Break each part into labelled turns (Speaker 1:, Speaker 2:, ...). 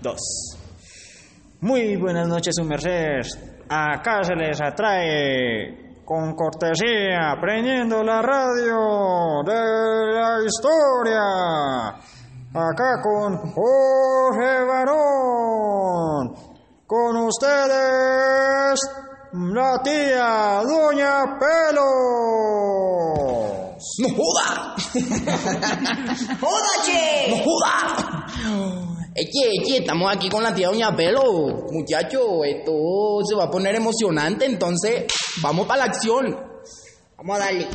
Speaker 1: Dos. Muy buenas noches, su merced. Acá se les atrae con cortesía, prendiendo la radio de la historia. Acá con Jorge Barón. Con ustedes, la tía Doña Pelos.
Speaker 2: ¡No joda!
Speaker 3: ¡Joda,
Speaker 2: ¡No
Speaker 3: che!
Speaker 2: joda! Es que, es que estamos aquí con la tía Doña Pelo. Muchacho, esto se va a poner emocionante, entonces vamos para la acción.
Speaker 3: Vamos a darle.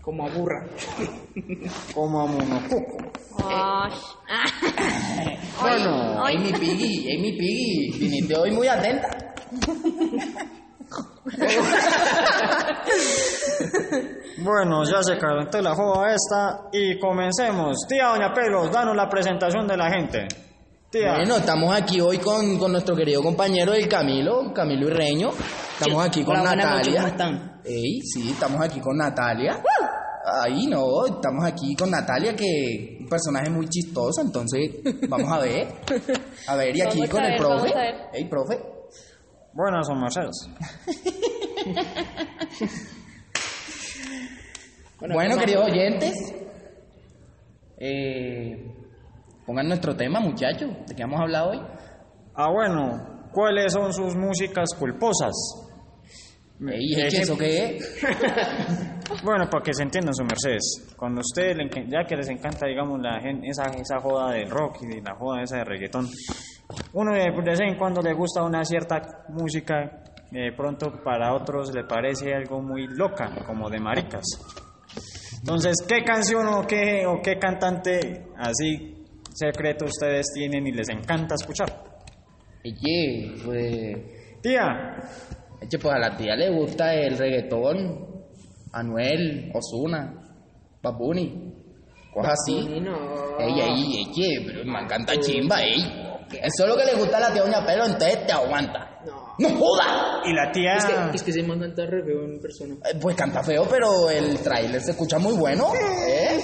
Speaker 3: Como a burra.
Speaker 1: Como a Monocuco.
Speaker 4: Ay.
Speaker 1: Bueno,
Speaker 4: Ay.
Speaker 2: Amy Piggy, Amy Piggy, viniste hoy muy atenta.
Speaker 1: bueno, ya se calentó la joda esta y comencemos. Tía Doña Pelos, danos la presentación de la gente. Tía,
Speaker 2: Bueno, estamos aquí hoy con, con nuestro querido compañero el Camilo, Camilo Irreño. Estamos aquí con
Speaker 3: Hola, buenas noches,
Speaker 2: Natalia.
Speaker 3: ¿cómo están?
Speaker 2: Ey, sí, estamos aquí con Natalia. Ahí no, estamos aquí con Natalia, que es un personaje muy chistoso, entonces vamos a ver. A ver, y aquí
Speaker 4: Vamos a
Speaker 2: con el
Speaker 4: ver,
Speaker 2: profe.
Speaker 4: vamos a ver.
Speaker 2: Ey, profe.
Speaker 1: buenas son Mercedes.
Speaker 2: Bueno,
Speaker 3: ¿qué
Speaker 2: queridos oyentes, eh, pongan nuestro tema, muchachos, de qué vamos a hablar hoy.
Speaker 1: Ah, bueno, ¿cuáles son sus músicas culposas?
Speaker 2: Ey, ¿y ¿eso qué es?
Speaker 1: Bueno, para que se entiendan sus Mercedes. Cuando a ustedes, le encan- ya que les encanta, digamos, la gen- esa, esa joda del rock y de la joda esa de reggaetón, uno eh, de, de vez en cuando le gusta una cierta música, eh, pronto para otros le parece algo muy loca, como de maricas. Entonces, ¿qué canción o qué, o qué cantante así secreto ustedes tienen y les encanta escuchar?
Speaker 2: Ey, pues...
Speaker 1: Tía,
Speaker 2: Es que pues a la tía le gusta el reggaetón, Anuel, Osuna, Papuni, cosas así.
Speaker 3: No.
Speaker 2: Ey, ey, es que pero me encanta chimba, ey. Eso es lo que le gusta a la tía Doña Pelo, entonces te aguanta.
Speaker 3: No.
Speaker 2: ¡No joda!
Speaker 1: y la tía...
Speaker 3: Es que, es que se manda a cantar re feo en persona.
Speaker 2: Eh, Pues canta feo, pero el tráiler se escucha muy bueno. ¿eh?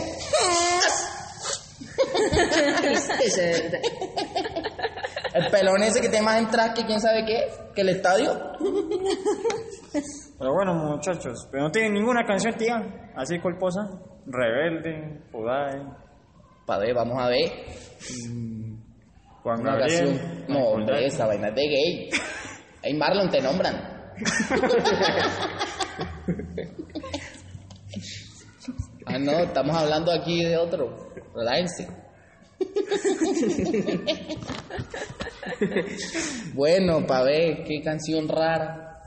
Speaker 3: Ese-
Speaker 2: El pelón ese que tiene más entradas que quién sabe qué, que el estadio.
Speaker 1: Pero bueno, muchachos, pero no tienen ninguna canción, tía, así culposa. Rebelde, Pudae,
Speaker 2: Pa' ver, vamos a ver. Mm,
Speaker 1: Juan
Speaker 2: Una
Speaker 1: Gabriel.
Speaker 2: canción. No,
Speaker 1: Michael
Speaker 2: hombre,
Speaker 1: Jackson.
Speaker 2: esa vaina es de gay. Ey, Marlon, te nombran. Ah, no, estamos hablando aquí de otro. Relájense. bueno, pa' ver, qué canción rara.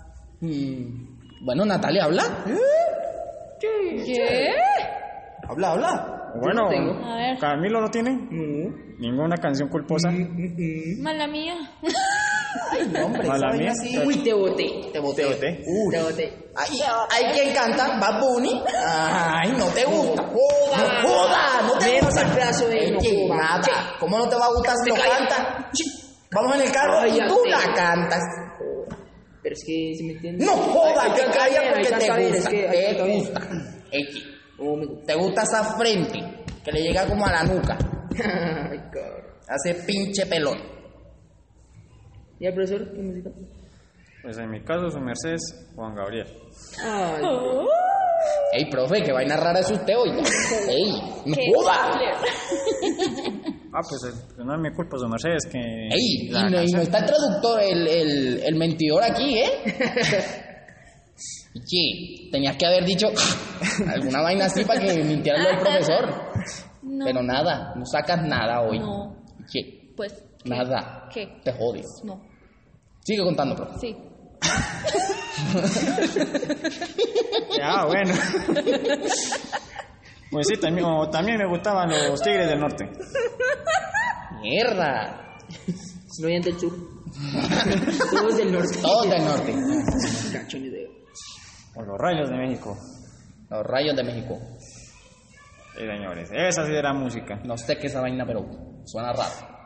Speaker 2: Hmm, Bueno, Natalia, habla.
Speaker 4: ¿Qué?
Speaker 2: ¿Eh? Habla, habla.
Speaker 1: Bueno,
Speaker 4: A ver.
Speaker 1: Camilo no tiene
Speaker 3: No.
Speaker 1: ninguna canción culposa.
Speaker 4: Mala mía.
Speaker 2: Ay, no, hombre,
Speaker 1: Mala
Speaker 2: esa
Speaker 1: mía.
Speaker 2: vaina sí.
Speaker 3: Uy, te boté.
Speaker 2: Te boté.
Speaker 1: Te boté.
Speaker 2: Uy.
Speaker 3: Te boté.
Speaker 2: Ay, hay quien canta Bad Bunny. Ay, no te gusta. Joda, no, joda, no te
Speaker 3: Menos
Speaker 2: gusta.
Speaker 3: el brazo de
Speaker 2: Ey,
Speaker 3: no
Speaker 2: que
Speaker 3: joda.
Speaker 2: nada. ¿Cómo no te va a gustar si lo
Speaker 3: Te calla.
Speaker 2: cantas? Chi, Vamos en el carro y
Speaker 3: Cállate.
Speaker 2: tú la cantas.
Speaker 3: Pero es que, si me entiendes?
Speaker 2: No joda,
Speaker 3: Hay- hay
Speaker 2: te
Speaker 3: tanta
Speaker 2: calla
Speaker 3: ver, hay
Speaker 2: porque te
Speaker 3: tanta ver,
Speaker 2: gusta.
Speaker 3: es que hay
Speaker 2: Te
Speaker 3: tanta ver.
Speaker 2: gusta. Ey, que
Speaker 3: No me gusta.
Speaker 2: Te gusta esa frente que le llega como a la nuca.
Speaker 3: Ay, cabrón.
Speaker 2: Hace pinche pelón.
Speaker 3: ¿Y el profesor? ¿Qué música?
Speaker 1: Pues en mi caso, su merced, Juan Gabriel.
Speaker 3: Ay,
Speaker 2: Ey, profe, qué vaina rara es usted hoy. Ey, no
Speaker 4: ¿Qué?
Speaker 2: joda.
Speaker 1: Ah, pues eh, no es mi culpa, su merced, es que...
Speaker 2: Ey, y
Speaker 1: la
Speaker 2: no, y
Speaker 1: canción-
Speaker 2: no está el traductor, el, el, el mentidor aquí, ¿eh? Che, tenías que haber dicho alguna vaina así para que mintiera lo del profesor.
Speaker 4: No.
Speaker 2: Pero nada, no sacas nada hoy.
Speaker 4: No.
Speaker 2: Che,
Speaker 4: Pues. ¿qué?
Speaker 2: nada.
Speaker 4: ¿Qué?
Speaker 2: Te jodes.
Speaker 4: No.
Speaker 2: Sigue contando, profe.
Speaker 4: Sí.
Speaker 1: Ah, bueno. pues sí, también, o también me gustaban los Tigres del Norte.
Speaker 2: Mierda.
Speaker 3: Si no, ya del sur. Todos del norte.
Speaker 2: Todos del norte.
Speaker 3: Cachones de.
Speaker 1: O los Rayos de México.
Speaker 2: Los rayos de México.
Speaker 1: Sí, señores, esa sí era música.
Speaker 2: No sé qué es esa vaina, pero suena raro.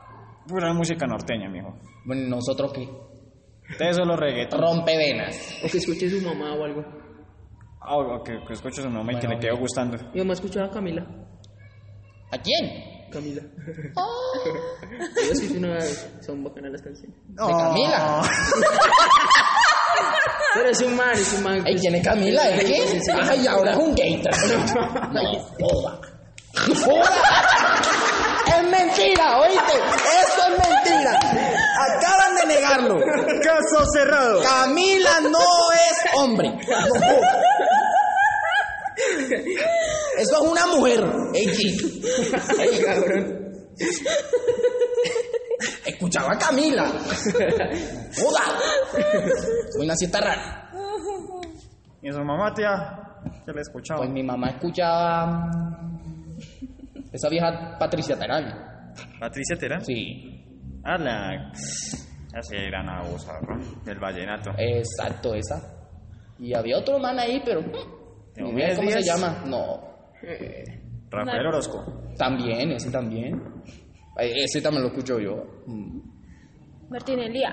Speaker 1: Pura música norteña, mijo.
Speaker 2: Bueno, ¿y nosotros qué?
Speaker 1: Ustedes solo reggaetón.
Speaker 2: Rompe venas.
Speaker 3: O que escuche su mamá o algo.
Speaker 1: Ah, o- o que, que escucho a su mamá y que
Speaker 2: Bueno,
Speaker 1: le quedó gustando.
Speaker 3: Mi mamá escuchaba a Camila.
Speaker 2: ¿A quién?
Speaker 3: Camila. Yo sí, sí, no, son bacanas las canciones.
Speaker 2: De Camila.
Speaker 3: Pero es un man, es un man.
Speaker 2: Ay, ¿quién es Camila? ¿Es qué? Ay, ahora es un gator. No, joda. Joda. Es mentira, oíste. Eso es mentira. Acaban de negarlo.
Speaker 1: Caso cerrado.
Speaker 2: Camila no es hombre. No. Eso es una mujer. Ey, sí.
Speaker 3: Ay, cabrón.
Speaker 2: Escuchaba a Camila. Joda. Soy una cita rara.
Speaker 1: ¿Y su mamá, tía? ¿Qué le escuchaba?
Speaker 2: Pues mi mamá escuchaba esa vieja Patricia Taral.
Speaker 1: ¿Patricia Terán?
Speaker 2: Sí,
Speaker 1: Ah, la... Esa gran abusadora del vallenato.
Speaker 2: Eh, exacto, esa. Y había otro man ahí, pero mm,
Speaker 1: ¿Te
Speaker 2: ni idea ¿cómo se
Speaker 1: odias?
Speaker 2: llama? No,
Speaker 1: Rafael Orozco.
Speaker 2: también, ese también. Eh, Ese también lo escucho yo. Mm,
Speaker 4: Martín Elía.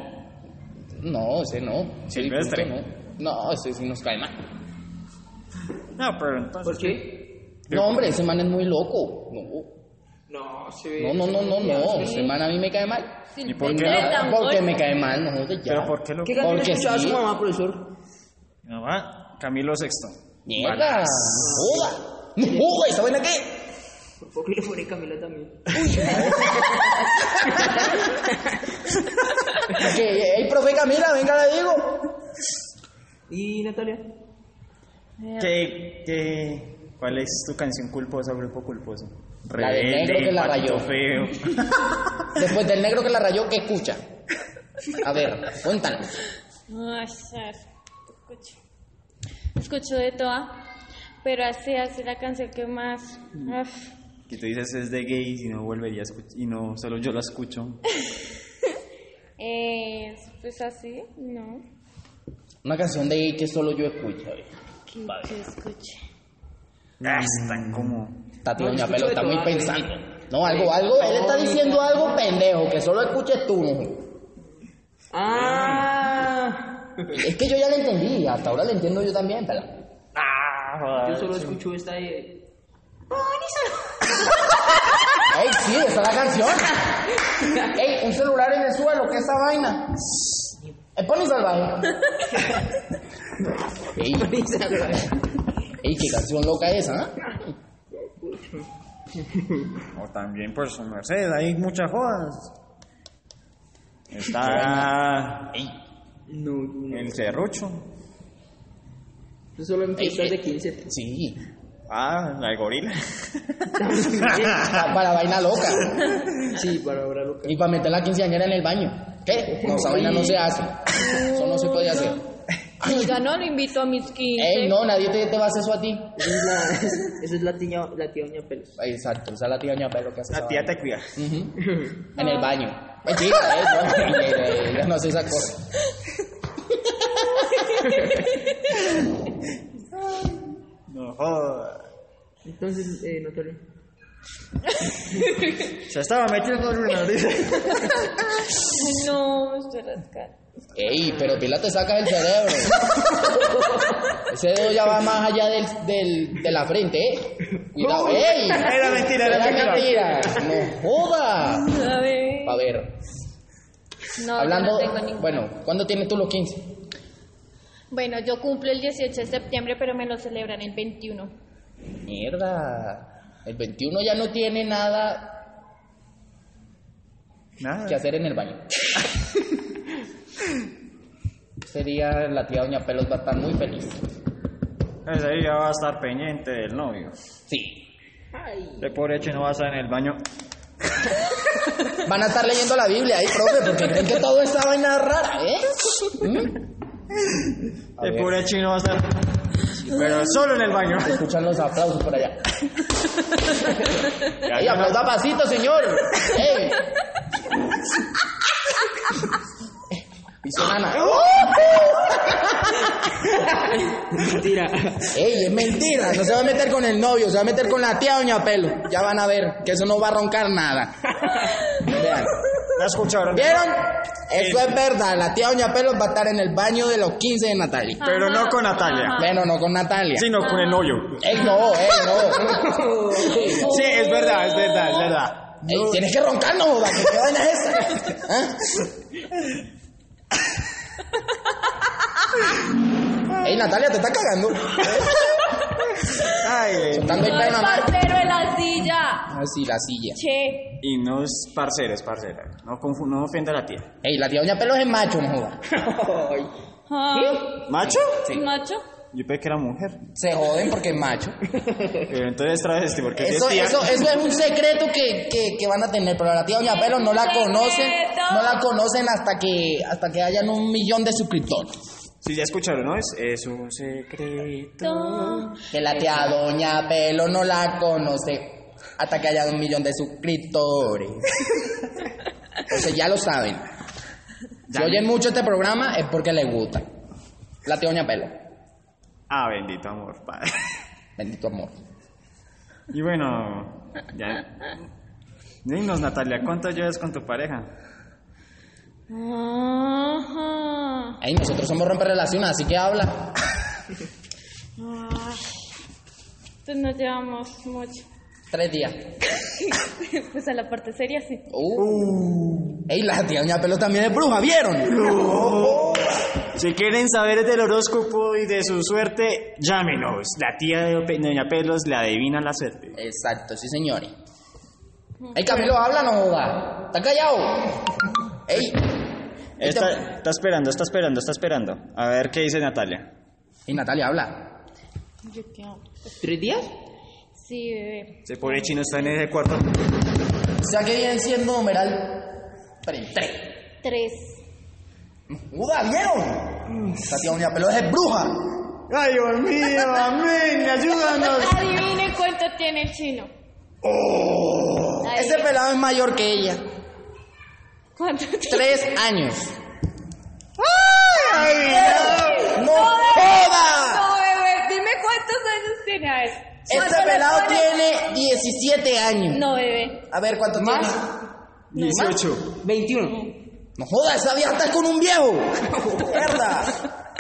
Speaker 2: No, ese no. Sí,
Speaker 1: Silvestre.
Speaker 2: disculpe, No, No, ese sí nos cae mal.
Speaker 1: No, pero entonces...
Speaker 3: ¿Por qué?
Speaker 2: No, hombre, ese man es muy loco. No,
Speaker 3: No, se ve.
Speaker 2: no, no, no, no, no. Ese man a mí me cae mal.
Speaker 1: ¿Y por qué?
Speaker 2: Porque me cae mal, no, joder, ya.
Speaker 1: ¿Pero por qué lo...?
Speaker 3: ¿Qué canción
Speaker 2: Porque
Speaker 3: escuchaba
Speaker 2: sí.
Speaker 3: su mamá, profesor?
Speaker 1: Mi mamá, Camilo VI.
Speaker 2: Mierda, no joda. No joda, ¿esa vaina qué?
Speaker 3: Por poco le pone Camila también.
Speaker 2: Que el profe Camila, venga, le digo.
Speaker 3: ¿Y Natalia?
Speaker 1: ¿Qué, qué... ¿Cuál es tu canción culposa, grupo culposo?
Speaker 2: La del negro que la
Speaker 1: Patito
Speaker 2: rayó.
Speaker 1: Feo.
Speaker 2: Después del negro que la rayó, ¿qué escucha? A ver, cuéntalo.
Speaker 4: Ay, sar, escucho. Escucho de toda, pero así hace la canción que más. Uf.
Speaker 1: Que tú dices es de gays y no volvería a escuchar... Y no, solo yo la escucho.
Speaker 4: Eh, pues así, no.
Speaker 2: Una canción de gay que solo yo escucho. eh.
Speaker 4: Que, que escuche.
Speaker 1: Ah, Están como...
Speaker 2: Tati
Speaker 3: No, yo
Speaker 2: Doña
Speaker 3: escucho
Speaker 2: Pelo
Speaker 3: de
Speaker 2: está
Speaker 3: todo,
Speaker 2: muy
Speaker 3: eh.
Speaker 2: pensando. No, algo, algo, él está diciendo algo pendejo, que solo escuches tú. ¿no?
Speaker 3: Ah.
Speaker 2: Es que yo ya la entendí, hasta ahora la entiendo yo también, pero...
Speaker 1: Ah, joder.
Speaker 3: Yo solo escucho esta de.
Speaker 2: ¡Ey, sí, esa es la canción! ¡Ey, un celular en el suelo, qué es esa vaina! ¡Es Pony Salvaje! ¡Ey, ey, qué canción loca es, ah!
Speaker 1: O también por su merced, hay muchas jodas. Está
Speaker 3: No, no.
Speaker 1: el serrucho.
Speaker 3: Yo solo en fiestas de 15.
Speaker 2: Sí,
Speaker 1: Ah, la de gorila.
Speaker 2: pa- para vaina loca.
Speaker 3: Sí, para ahora lo que.
Speaker 2: Y para meter la quinceañera en el baño. ¿Qué? No, esa vaina no se hace. Eso no se puede hacer.
Speaker 4: Oiga, no lo invito a mis 15.
Speaker 2: Ey, Eh, no, nadie te, te va a hacer eso a ti.
Speaker 3: Esa es la, esa es la, tiña, la tía Doña Pelos.
Speaker 2: Exacto, esa es la tía Doña Pelo que hace
Speaker 1: La
Speaker 2: esa
Speaker 1: tía
Speaker 2: vaina.
Speaker 1: te cuida.
Speaker 2: Ujú. En el baño. Mentira, eh, no, ella- ella- ella no hace esa cosa.
Speaker 1: No jodas.
Speaker 3: Entonces, eh, Natalia.
Speaker 1: Se estaba metiendo en una orilla.
Speaker 4: No, me estoy rascando.
Speaker 2: Ey, pero pila te sacas el cerebro. Ese dedo ya va más allá del, del- de la frente, eh. Cuidado, ey.
Speaker 1: Era mentira, era mentira.
Speaker 2: mentira. No joda.
Speaker 4: A ver.
Speaker 2: A ver,
Speaker 4: No, yo
Speaker 2: hablando.
Speaker 4: no tengo ningún-
Speaker 2: Bueno, ¿cuándo tienes tú los 15?
Speaker 4: Bueno, yo cumplo el 18 de septiembre, pero me lo celebran el 21.
Speaker 2: Mierda. El 21 ya no tiene nada que
Speaker 1: Nada.
Speaker 2: hacer en el baño. Sería la tía Doña Pelos va a estar muy feliz.
Speaker 1: Pues ahí ya va a estar pendiente del novio.
Speaker 2: Sí.
Speaker 1: De por hecho no va a estar en el baño.
Speaker 2: Van a estar leyendo la Biblia ahí, profe, porque creen que todo esta vaina es rara, ¿eh? ¿Mm? A
Speaker 1: De
Speaker 2: ver,
Speaker 1: por hecho no va a estar. Pero solo en el baño.
Speaker 2: se escuchan los aplausos por allá.
Speaker 1: Ya,
Speaker 2: ¡Ey,
Speaker 1: ya no-
Speaker 2: aplauda pasito, señor! ¡Ey! Dice Nana.
Speaker 3: Mentira.
Speaker 2: Ey, es mentira, no se va a meter con el novio, se va a meter con la tía Doña Pelo. Ya van a ver que eso no va a roncar nada. Vean.
Speaker 1: ¿La escucharon?
Speaker 2: ¿Vieron? Eso es verdad, la tía Doña Pelo va a estar en el baño de los 15 de Natalia.
Speaker 1: Pero no con Natalia,
Speaker 2: Bueno, no con Natalia.
Speaker 1: sino con el novio.
Speaker 2: Él no, él no.
Speaker 1: Sí, es verdad, es verdad, es verdad.
Speaker 2: Ey, tienes que roncar, no joda, que qué vaina es esa. ¿Ah? Ey, Natalia, te estás cagando.
Speaker 1: Ay, eh.
Speaker 2: Soltando el
Speaker 4: No
Speaker 2: pelo
Speaker 4: es
Speaker 2: a Marta.
Speaker 4: parcero en la silla.
Speaker 2: Así, Ah, la silla.
Speaker 4: Che,
Speaker 1: y no es parcera, es parcera. No, confu- no ofenda a la tía.
Speaker 2: Ey, la tía Doña Pelos es macho, no joda.
Speaker 4: ah,
Speaker 1: ¿Macho?
Speaker 4: macho.
Speaker 1: Yo pensé que era mujer.
Speaker 2: Se joden porque es macho.
Speaker 1: Pero entonces travesti, porque si
Speaker 2: Eso,
Speaker 1: es tía.
Speaker 2: eso, eso es un secreto que, que, que van a tener, pero la tía Doña Pelo no la conocen, no la conocen hasta que, hasta que hayan un millón de suscriptores.
Speaker 1: Si ya escucharon, ¿no? Es, es un secreto.
Speaker 2: Que la tía Doña Pelo no la conoce hasta que haya un millón de suscriptores. Entonces ya lo saben. Si oyen mucho este programa es porque les gusta. La tía Doña Pelo.
Speaker 1: Ah, bendito amor, padre.
Speaker 2: Bendito amor.
Speaker 1: Y bueno, ya. Dinos, Natalia, ¿cuánto llevas con tu pareja?
Speaker 4: Ajá.
Speaker 2: Ay, nosotros somos romper relaciones, así que habla.
Speaker 4: Ay, Pues nos llevamos mucho.
Speaker 2: Tres días.
Speaker 4: Pues a la parte seria sí.
Speaker 2: Uh. Ey, la tía Doña Pelo también es bruja, ¿vieron?
Speaker 1: Si quieren saber del horóscopo y de su suerte, llámenos. La tía de Ope- Doña Pelos le adivina la suerte.
Speaker 2: Exacto, sí, señores. Ey, Camilo, habla, no joda. ¿Está callado? Ey.
Speaker 1: Está, está esperando, está esperando, está esperando. A ver qué dice Natalia.
Speaker 2: Y Natalia, habla.
Speaker 4: Yo qué hago.
Speaker 3: ¿Tres días?
Speaker 4: Sí, bebé.
Speaker 1: Se pone chino, está en ese cuarto.
Speaker 2: O sea que vienen siendo numeral 33.
Speaker 4: Tres.
Speaker 2: ¡Joda,
Speaker 4: Mm.
Speaker 2: vieron! Esta tía Doña Pelo es bruja.
Speaker 1: ¡Ay, Dios mío! ¡Amén! ¡Ayúdanos!
Speaker 4: Adivinen cuánto tiene el chino. Adivinen.
Speaker 2: Oh, Ese pelado es mayor que ella.
Speaker 4: ¿Cuánto tiene?
Speaker 2: Tres años.
Speaker 1: ¡Ay,
Speaker 2: ¡No
Speaker 4: ¡Eh! No,
Speaker 2: joda!
Speaker 4: bebé, dime cuántos años tiene. A ver.
Speaker 2: Este
Speaker 4: ¿Cuánto le
Speaker 2: pelado
Speaker 4: pone?
Speaker 2: tiene 17 años.
Speaker 4: No, bebé.
Speaker 2: A ver, ¿cuánto tiene?
Speaker 1: 18.
Speaker 3: 21.
Speaker 2: No joda, esa vieja está con un viejo. Mierda.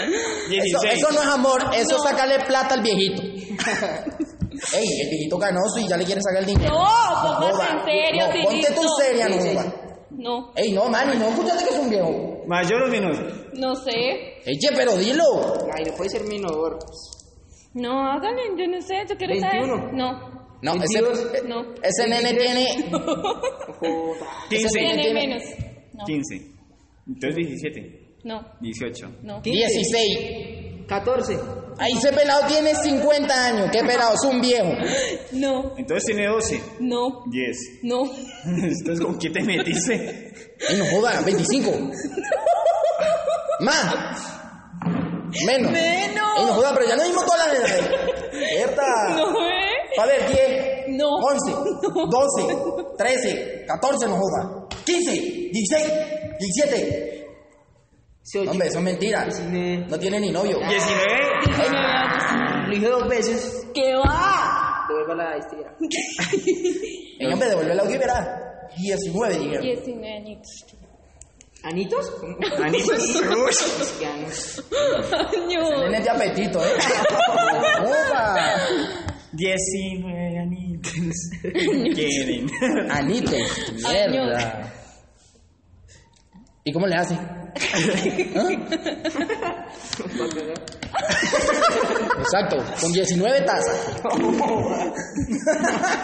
Speaker 2: Eso,
Speaker 1: 16.
Speaker 2: eso no es amor, eso es sacarle plata al viejito. Ey, el viejito ganoso y ya le quiere sacar el dinero.
Speaker 4: No, póngase
Speaker 2: joda.
Speaker 4: en serio,
Speaker 2: No,
Speaker 4: sí,
Speaker 2: ponte tú
Speaker 4: listo.
Speaker 2: seria, no
Speaker 4: Sí, sí.
Speaker 2: joda.
Speaker 4: No,
Speaker 2: Ey, no, mani, no escuchaste que es un viejo.
Speaker 1: Mayor o menor.
Speaker 4: no sé.
Speaker 2: Eche, pero dilo.
Speaker 3: Ay, no puede ser menor.
Speaker 4: No, háganle, yo no sé, yo quiero saber.
Speaker 3: 21.
Speaker 4: No,
Speaker 2: No, ese,
Speaker 3: 22.
Speaker 2: eh,
Speaker 4: no.
Speaker 2: ese nene tiene.
Speaker 3: Joda.
Speaker 1: 15.
Speaker 4: Tiene
Speaker 2: tiene-
Speaker 4: menos. No,
Speaker 1: 15. Entonces 17.
Speaker 4: no,
Speaker 1: 18.
Speaker 4: no.
Speaker 2: 16.
Speaker 3: 14.
Speaker 2: Ahí ese pelado tiene 50 años. ¿Qué pelado? Es un viejo.
Speaker 4: No,
Speaker 1: Entonces tiene 12.
Speaker 4: no,
Speaker 1: 10.
Speaker 4: no.
Speaker 1: Entonces, ¿con qué te metiste?
Speaker 2: Ey, no joda, 25. Más. Menos. Ey, no
Speaker 4: Menos.
Speaker 2: joda, pero ya no dimos todas las edades. Mierda.
Speaker 4: No, bebé.
Speaker 2: A ver, 10,
Speaker 4: No.
Speaker 2: 11, 12, 13, 14, no joda. 15, 16, 17.
Speaker 3: 18.
Speaker 2: Hombre, eso es mentira.
Speaker 3: Diecinueve.
Speaker 2: No tiene ni novio.
Speaker 1: 19.
Speaker 4: Diecinueve años.
Speaker 3: Lo dije dos veces.
Speaker 4: ¿Qué va?
Speaker 3: Devuelva la estira.
Speaker 2: El hombre devuelve el audio y verá. 19, dijeron.
Speaker 4: Diecinueve añitos.
Speaker 3: ¿Anitos? ¿Cómo?
Speaker 1: Anitos. Ush.
Speaker 3: ¿Qué años?
Speaker 4: Años.
Speaker 2: Tiene de apetito, ¿eh? ¡Joda!
Speaker 1: 19 anitos. Quieren.
Speaker 2: Anito, mierda. ¿Y cómo le hace? ¿Ah? Exacto, con 19 tazas.
Speaker 1: Le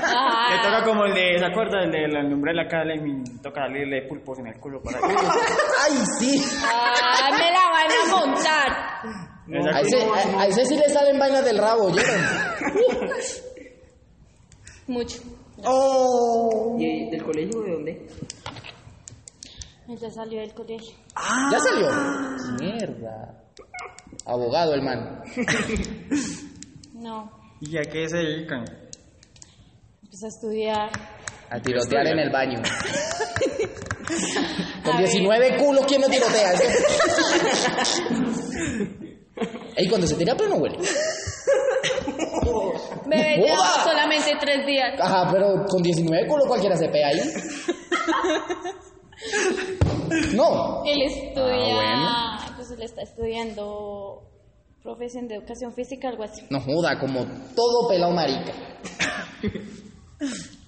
Speaker 4: Ah,
Speaker 1: toca como el de, ¿se acuerda? El de la lumbrera acá, le me toca salirle pulpos en el culo para que...
Speaker 2: ¡Ay, sí!
Speaker 4: ah, me la van a montar.
Speaker 2: A ese, a- a ese sí le salen vainas del rabo, ¿oyeron?
Speaker 4: Mucho.
Speaker 2: ¡Oh!
Speaker 3: ¿Y el- del colegio de dónde?
Speaker 4: Él ya salió del colegio.
Speaker 2: ¿Ya salió? Mierda. Abogado, hermano.
Speaker 4: No,
Speaker 1: ¿Y a qué se dedican?
Speaker 4: empezó a estudiar.
Speaker 2: A tirotear en el baño. Con
Speaker 4: A
Speaker 2: 19 culos, ¿quién no tirotea? Ese- Ey, cuando se tira, pero no huele.
Speaker 4: Bebé,
Speaker 2: ¡Joda!
Speaker 4: llevamos solamente tres días.
Speaker 2: Ajá, pero con 19 culos cualquiera se pega ahí. No.
Speaker 4: Él estudia,
Speaker 2: Ah,
Speaker 4: pues él está estudiando profesión de educación física, algo así.
Speaker 2: No joda, como todo pelado marica.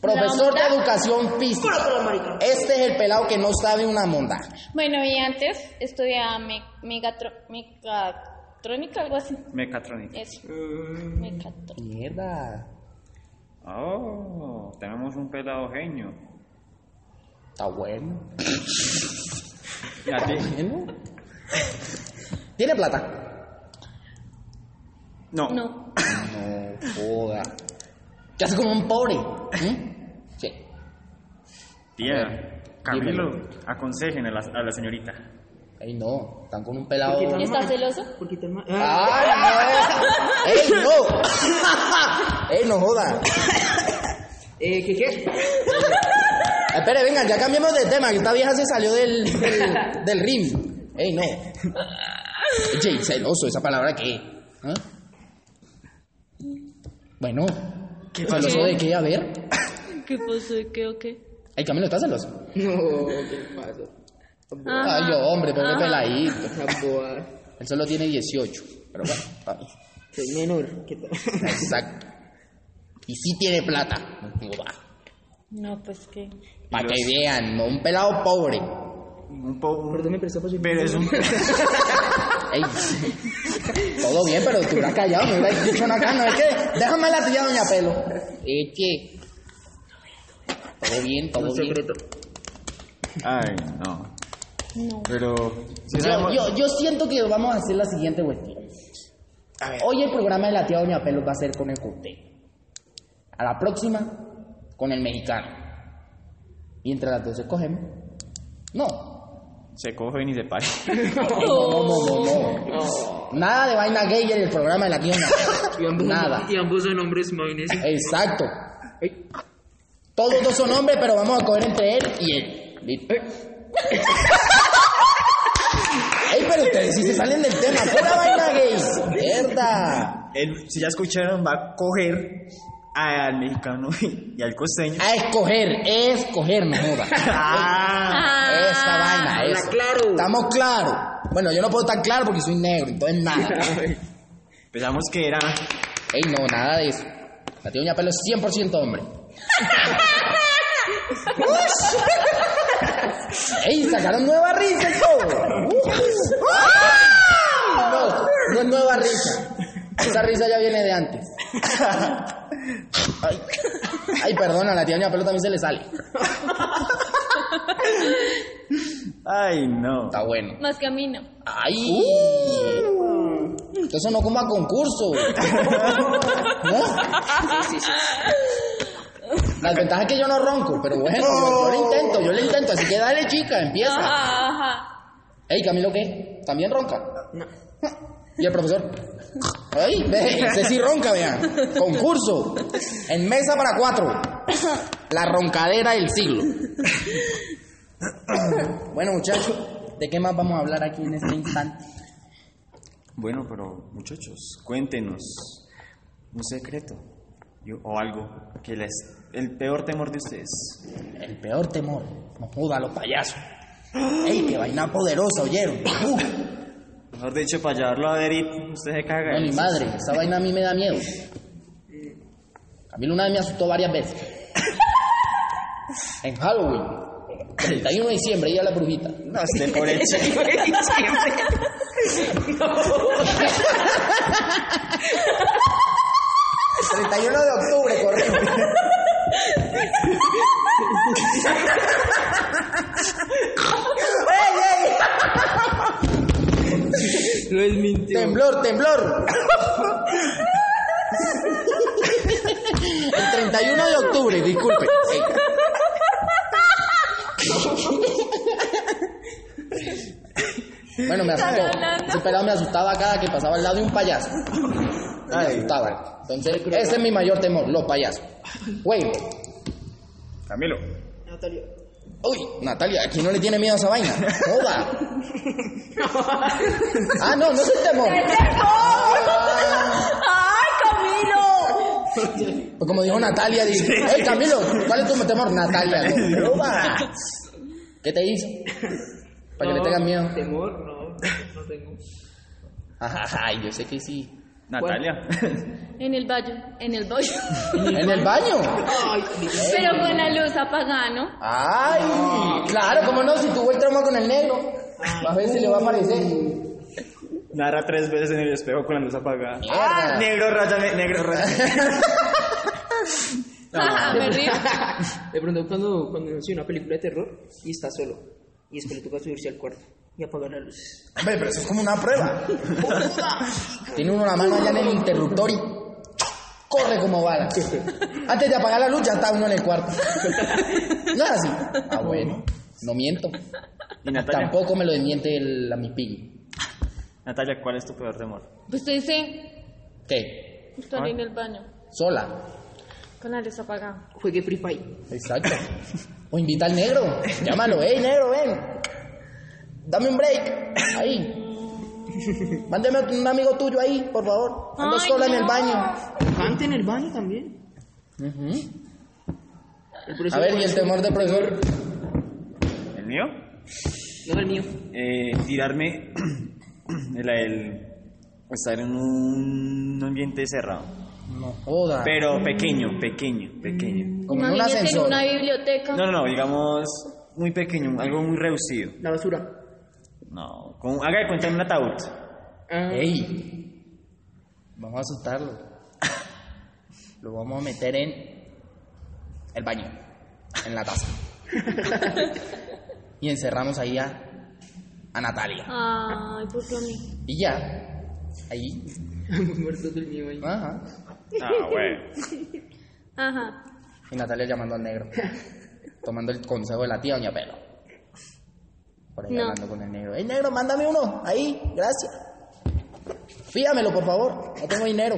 Speaker 2: Profesor de
Speaker 4: monda.
Speaker 2: educación
Speaker 3: Pero,
Speaker 2: física.
Speaker 3: pero, marica.
Speaker 2: Este es el pelado que no sabe una monda.
Speaker 4: Bueno, y antes estudiaba me- megatro- mecatrónica, algo así.
Speaker 1: Mecatrónica.
Speaker 4: Eso,
Speaker 3: Mm,
Speaker 4: mecatrónica.
Speaker 2: Mierda.
Speaker 1: Oh, tenemos un pelado genio.
Speaker 2: Está bueno.
Speaker 1: Y a ti-
Speaker 2: Bueno. ¿Tiene plata?
Speaker 1: No.
Speaker 4: No.
Speaker 2: No, joda. ¿Qué hace como un pobre? ¿Mm? Sí.
Speaker 1: Tía, Camilo, aconsejen a la, a la señorita.
Speaker 2: Ey, no. Están con un pelado.
Speaker 3: Porque
Speaker 4: ¿Está celoso?
Speaker 3: ¿Por qué tan mal?
Speaker 2: Ah. ¡Ay, no! ¡Ey, no! ¡Ey, no joda!
Speaker 3: Eh, ¿Qué qué?
Speaker 2: Espere, vengan, ya cambiemos de tema, que esta vieja se salió del, del, del ring. Ey, no. Jay, celoso, esa palabra que. ¿Ah? Bueno. ¿Celoso de qué? A ver.
Speaker 4: ¿Qué pasó? ¿Qué o qué?
Speaker 2: Ey, Camilo, ¿estás celoso?
Speaker 3: No, ¿qué pasó?
Speaker 4: Ajá.
Speaker 2: Ay, yo, hombre, pero qué
Speaker 4: Ajá.
Speaker 2: peladito.
Speaker 3: Esa boa.
Speaker 2: Él solo tiene 18. Pero bueno, está bien.
Speaker 3: Soy menor. ¿Qué tal?
Speaker 2: Exacto. Y sí tiene plata. Uba,
Speaker 4: No, pues que.
Speaker 2: Para que vean, no un pelado pobre.
Speaker 1: Un poco.
Speaker 3: Perdón, me prestó para su-
Speaker 1: Pero es un.
Speaker 2: Ey, todo bien, pero te hubieras callado, me hubieras dicho no acá, no es que. Déjame la tuya, doña Pelo. Es que. Todo bien, todo
Speaker 3: Un
Speaker 2: bien.
Speaker 3: secreto.
Speaker 1: Ay, no.
Speaker 4: No.
Speaker 1: Pero. si
Speaker 2: Yo,
Speaker 1: sabemos-
Speaker 2: yo, yo siento que vamos a hacer la siguiente cuestión.
Speaker 1: A ver.
Speaker 2: Hoy el programa de la tía Doña Pelo va a ser con el costeño. A la próxima, con el mexicano. Y entre las dos escogemos. No.
Speaker 1: Se cogen y se paren.
Speaker 2: No, no, no, no, no. Nada de vaina gay en el programa de la tía Doña
Speaker 3: Y
Speaker 2: Pelo.
Speaker 3: ambos,
Speaker 2: Nada.
Speaker 3: Y ambos son hombres, imagínense.
Speaker 2: Exacto.
Speaker 3: Ay,
Speaker 2: Todos dos son hombres, pero vamos a coger entre él y él. Listo. Ey, pero ustedes si se salen del tema, pura vaina gay. Mierda.
Speaker 1: Él, si ya escucharon, va a coger al mexicano y al costeño.
Speaker 2: A escoger, escoger, no joda.
Speaker 1: Ah,
Speaker 4: Ah.
Speaker 2: Esa vaina,
Speaker 3: habla
Speaker 2: eso.
Speaker 3: claro.
Speaker 2: Estamos claros. Bueno, yo no puedo estar claro porque soy negro, entonces nada.
Speaker 3: Ay,
Speaker 1: pensamos que era.
Speaker 2: Ey, no, nada de eso. La tía Doña Pelo es 100% hombre. Ey, sacaron nueva risa y todo. No, no es nueva risa. Esa risa ya viene de antes. Ay, Ay, perdona, a la tía Doña Pelo también se le sale.
Speaker 1: Ay, no.
Speaker 2: Está bueno.
Speaker 4: Más camino.
Speaker 2: Ay.
Speaker 3: Uh.
Speaker 2: Eso no como a concurso. ¿No?
Speaker 3: sí, sí.
Speaker 2: La ventaja es que yo no ronco, pero bueno, yo, yo lo intento, yo lo intento. Así que dale, chica, empieza.
Speaker 4: Ajá, ajá.
Speaker 2: Ey, Camilo, ¿qué? ¿También ronca?
Speaker 3: No.
Speaker 2: ¿Y el profesor? Ey, ve, ese sí ronca, vean. Concurso. En mesa para cuatro. La roncadera del siglo. Bueno, muchachos, ¿de qué más vamos a hablar aquí en este instante?
Speaker 1: Bueno, pero muchachos, cuéntenos un secreto yo- o algo que les el peor temor de ustedes.
Speaker 2: El peor temor. No joda a los payasos. Ey, qué vaina poderosa, ¿oyeron? Uf,
Speaker 1: Mejor dicho, para llevarlo a ver y usted se caga.
Speaker 2: no, mi madre, esa vaina a mí me da miedo. Camilo una vez me asustó varias veces. En Halloween, 31 de diciembre, ella la brujita.
Speaker 1: No, esté por hecho.
Speaker 2: 31
Speaker 3: No.
Speaker 2: de octubre, correcto.
Speaker 3: Lo desmintió.
Speaker 2: Temblor, temblor. El 31 de octubre, disculpe. Bueno, me asustó. Ese pelado me asustaba cada que pasaba al lado de un payaso. Me asustaba. Entonces, ese es mi mayor temor, los payasos. Güey.
Speaker 1: Camilo.
Speaker 3: Natalia.
Speaker 2: Uy, Natalia, aquí no le tiene miedo a esa vaina. Joda. Ah, no, no es el temor. Ah.
Speaker 4: ¡Ay, Camilo!
Speaker 2: Pues como dijo Natalia, dice, hey Camilo, ¿cuál es tu temor? Natalia, no, pero va. ¿Qué te hizo? Para que
Speaker 3: No,
Speaker 2: le tengas miedo.
Speaker 3: Temor, no. No tengo.
Speaker 2: Ajá, yo sé que sí.
Speaker 1: Natalia.
Speaker 4: En el baño. En el baño.
Speaker 2: ¿En el baño?
Speaker 4: Pero con la luz apagada, ¿no?
Speaker 2: ¡Ay! Claro, cómo no, si tuvo el trauma con el negro. A ver si le va a aparecer.
Speaker 1: Nara tres veces en el espejo con la luz apagada.
Speaker 2: Mierda.
Speaker 1: Negro, ráyame, negro, ráyame. Ah,
Speaker 4: Jaja, me río.
Speaker 3: De pronto cuando, cuando uno se ve una película de terror y está solo. Y después le toca subirse al cuarto y apagar las luces.
Speaker 2: Hombre, pero eso es como una prueba. Tiene uno la mano allá en el interruptor y corre como bala. Antes de apagar la luz ya está uno en el cuarto. No era así. Ah, bueno, no miento.
Speaker 1: Y Natalia,
Speaker 2: Tampoco me lo desmiente el, a mi piggy.
Speaker 1: Natalia, ¿cuál es tu peor temor?
Speaker 4: Pues te dice,
Speaker 2: ¿Qué?
Speaker 4: estar en el baño.
Speaker 2: Sola.
Speaker 4: Con la luz apagada.
Speaker 3: Juegue Free Fire.
Speaker 2: Exacto. O invita al negro. Llámalo, hey negro, ven. Dame un break. Ahí. Mándeme a un amigo tuyo ahí, por favor. Ando
Speaker 4: Ay,
Speaker 2: sola en
Speaker 4: no.
Speaker 2: el baño.
Speaker 3: Cante en el baño también.
Speaker 2: Ujú.
Speaker 3: El profesor-
Speaker 2: A ver, y el temor de profesor.
Speaker 1: ¿El mío?
Speaker 3: No, el mío.
Speaker 1: Eh, tirarme el, el- estar en un ambiente cerrado.
Speaker 2: No joda.
Speaker 1: Pero pequeño, pequeño, pequeño.
Speaker 2: Como en un
Speaker 4: Imagínate en
Speaker 2: ascensor.
Speaker 4: una biblioteca.
Speaker 1: No, no, no, digamos muy pequeño, algo muy reducido.
Speaker 3: La basura.
Speaker 1: No, con, haga de cuenta en un ataúd.
Speaker 3: Ah,
Speaker 2: Ey. Vamos a asustarlo. Lo vamos a meter en el baño, en la taza. y encerramos ahí a, a Natalia.
Speaker 4: Ay, ¿por qué a mí?
Speaker 2: Y ya. Ahí.
Speaker 3: muerto del mío ahí.
Speaker 2: Ajá.
Speaker 1: Ah, bueno.
Speaker 4: Ajá.
Speaker 2: Y Natalia llamando al negro. Tomando el consejo de la tía Doña Pelo. Por ahí
Speaker 4: No.
Speaker 2: hablando con el negro. ¡Ey, negro, mándame uno! Ahí, gracias. Fíamelo, por favor. No tengo dinero.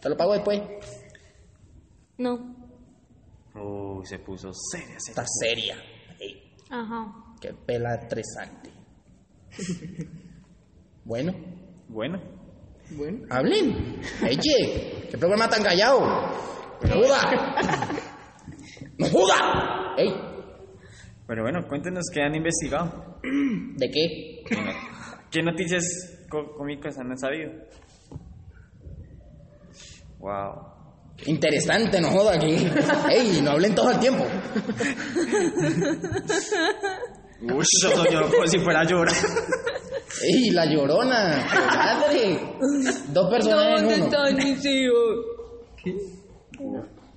Speaker 2: Te lo pago después.
Speaker 4: No.
Speaker 1: Uy, se puso seria, seria.
Speaker 2: Está seria. Ey.
Speaker 4: Ajá.
Speaker 2: Qué pela estresante. bueno,
Speaker 1: Bueno,
Speaker 3: Bueno.
Speaker 2: hablen. Oye, qué programa tan callado. No joda. No joda. Ey,
Speaker 1: pero bueno, cuéntenos qué han investigado.
Speaker 2: ¿de qué?
Speaker 1: ¿Qué noticias co- cómicas han sabido? Wow.
Speaker 2: Interesante, no joda aquí. Ey, no hablen todo el tiempo.
Speaker 1: Uy, yo lloro como si fuera a llorar.
Speaker 2: Ey, la llorona. Madre. Dos personas en uno.
Speaker 4: mis hijos?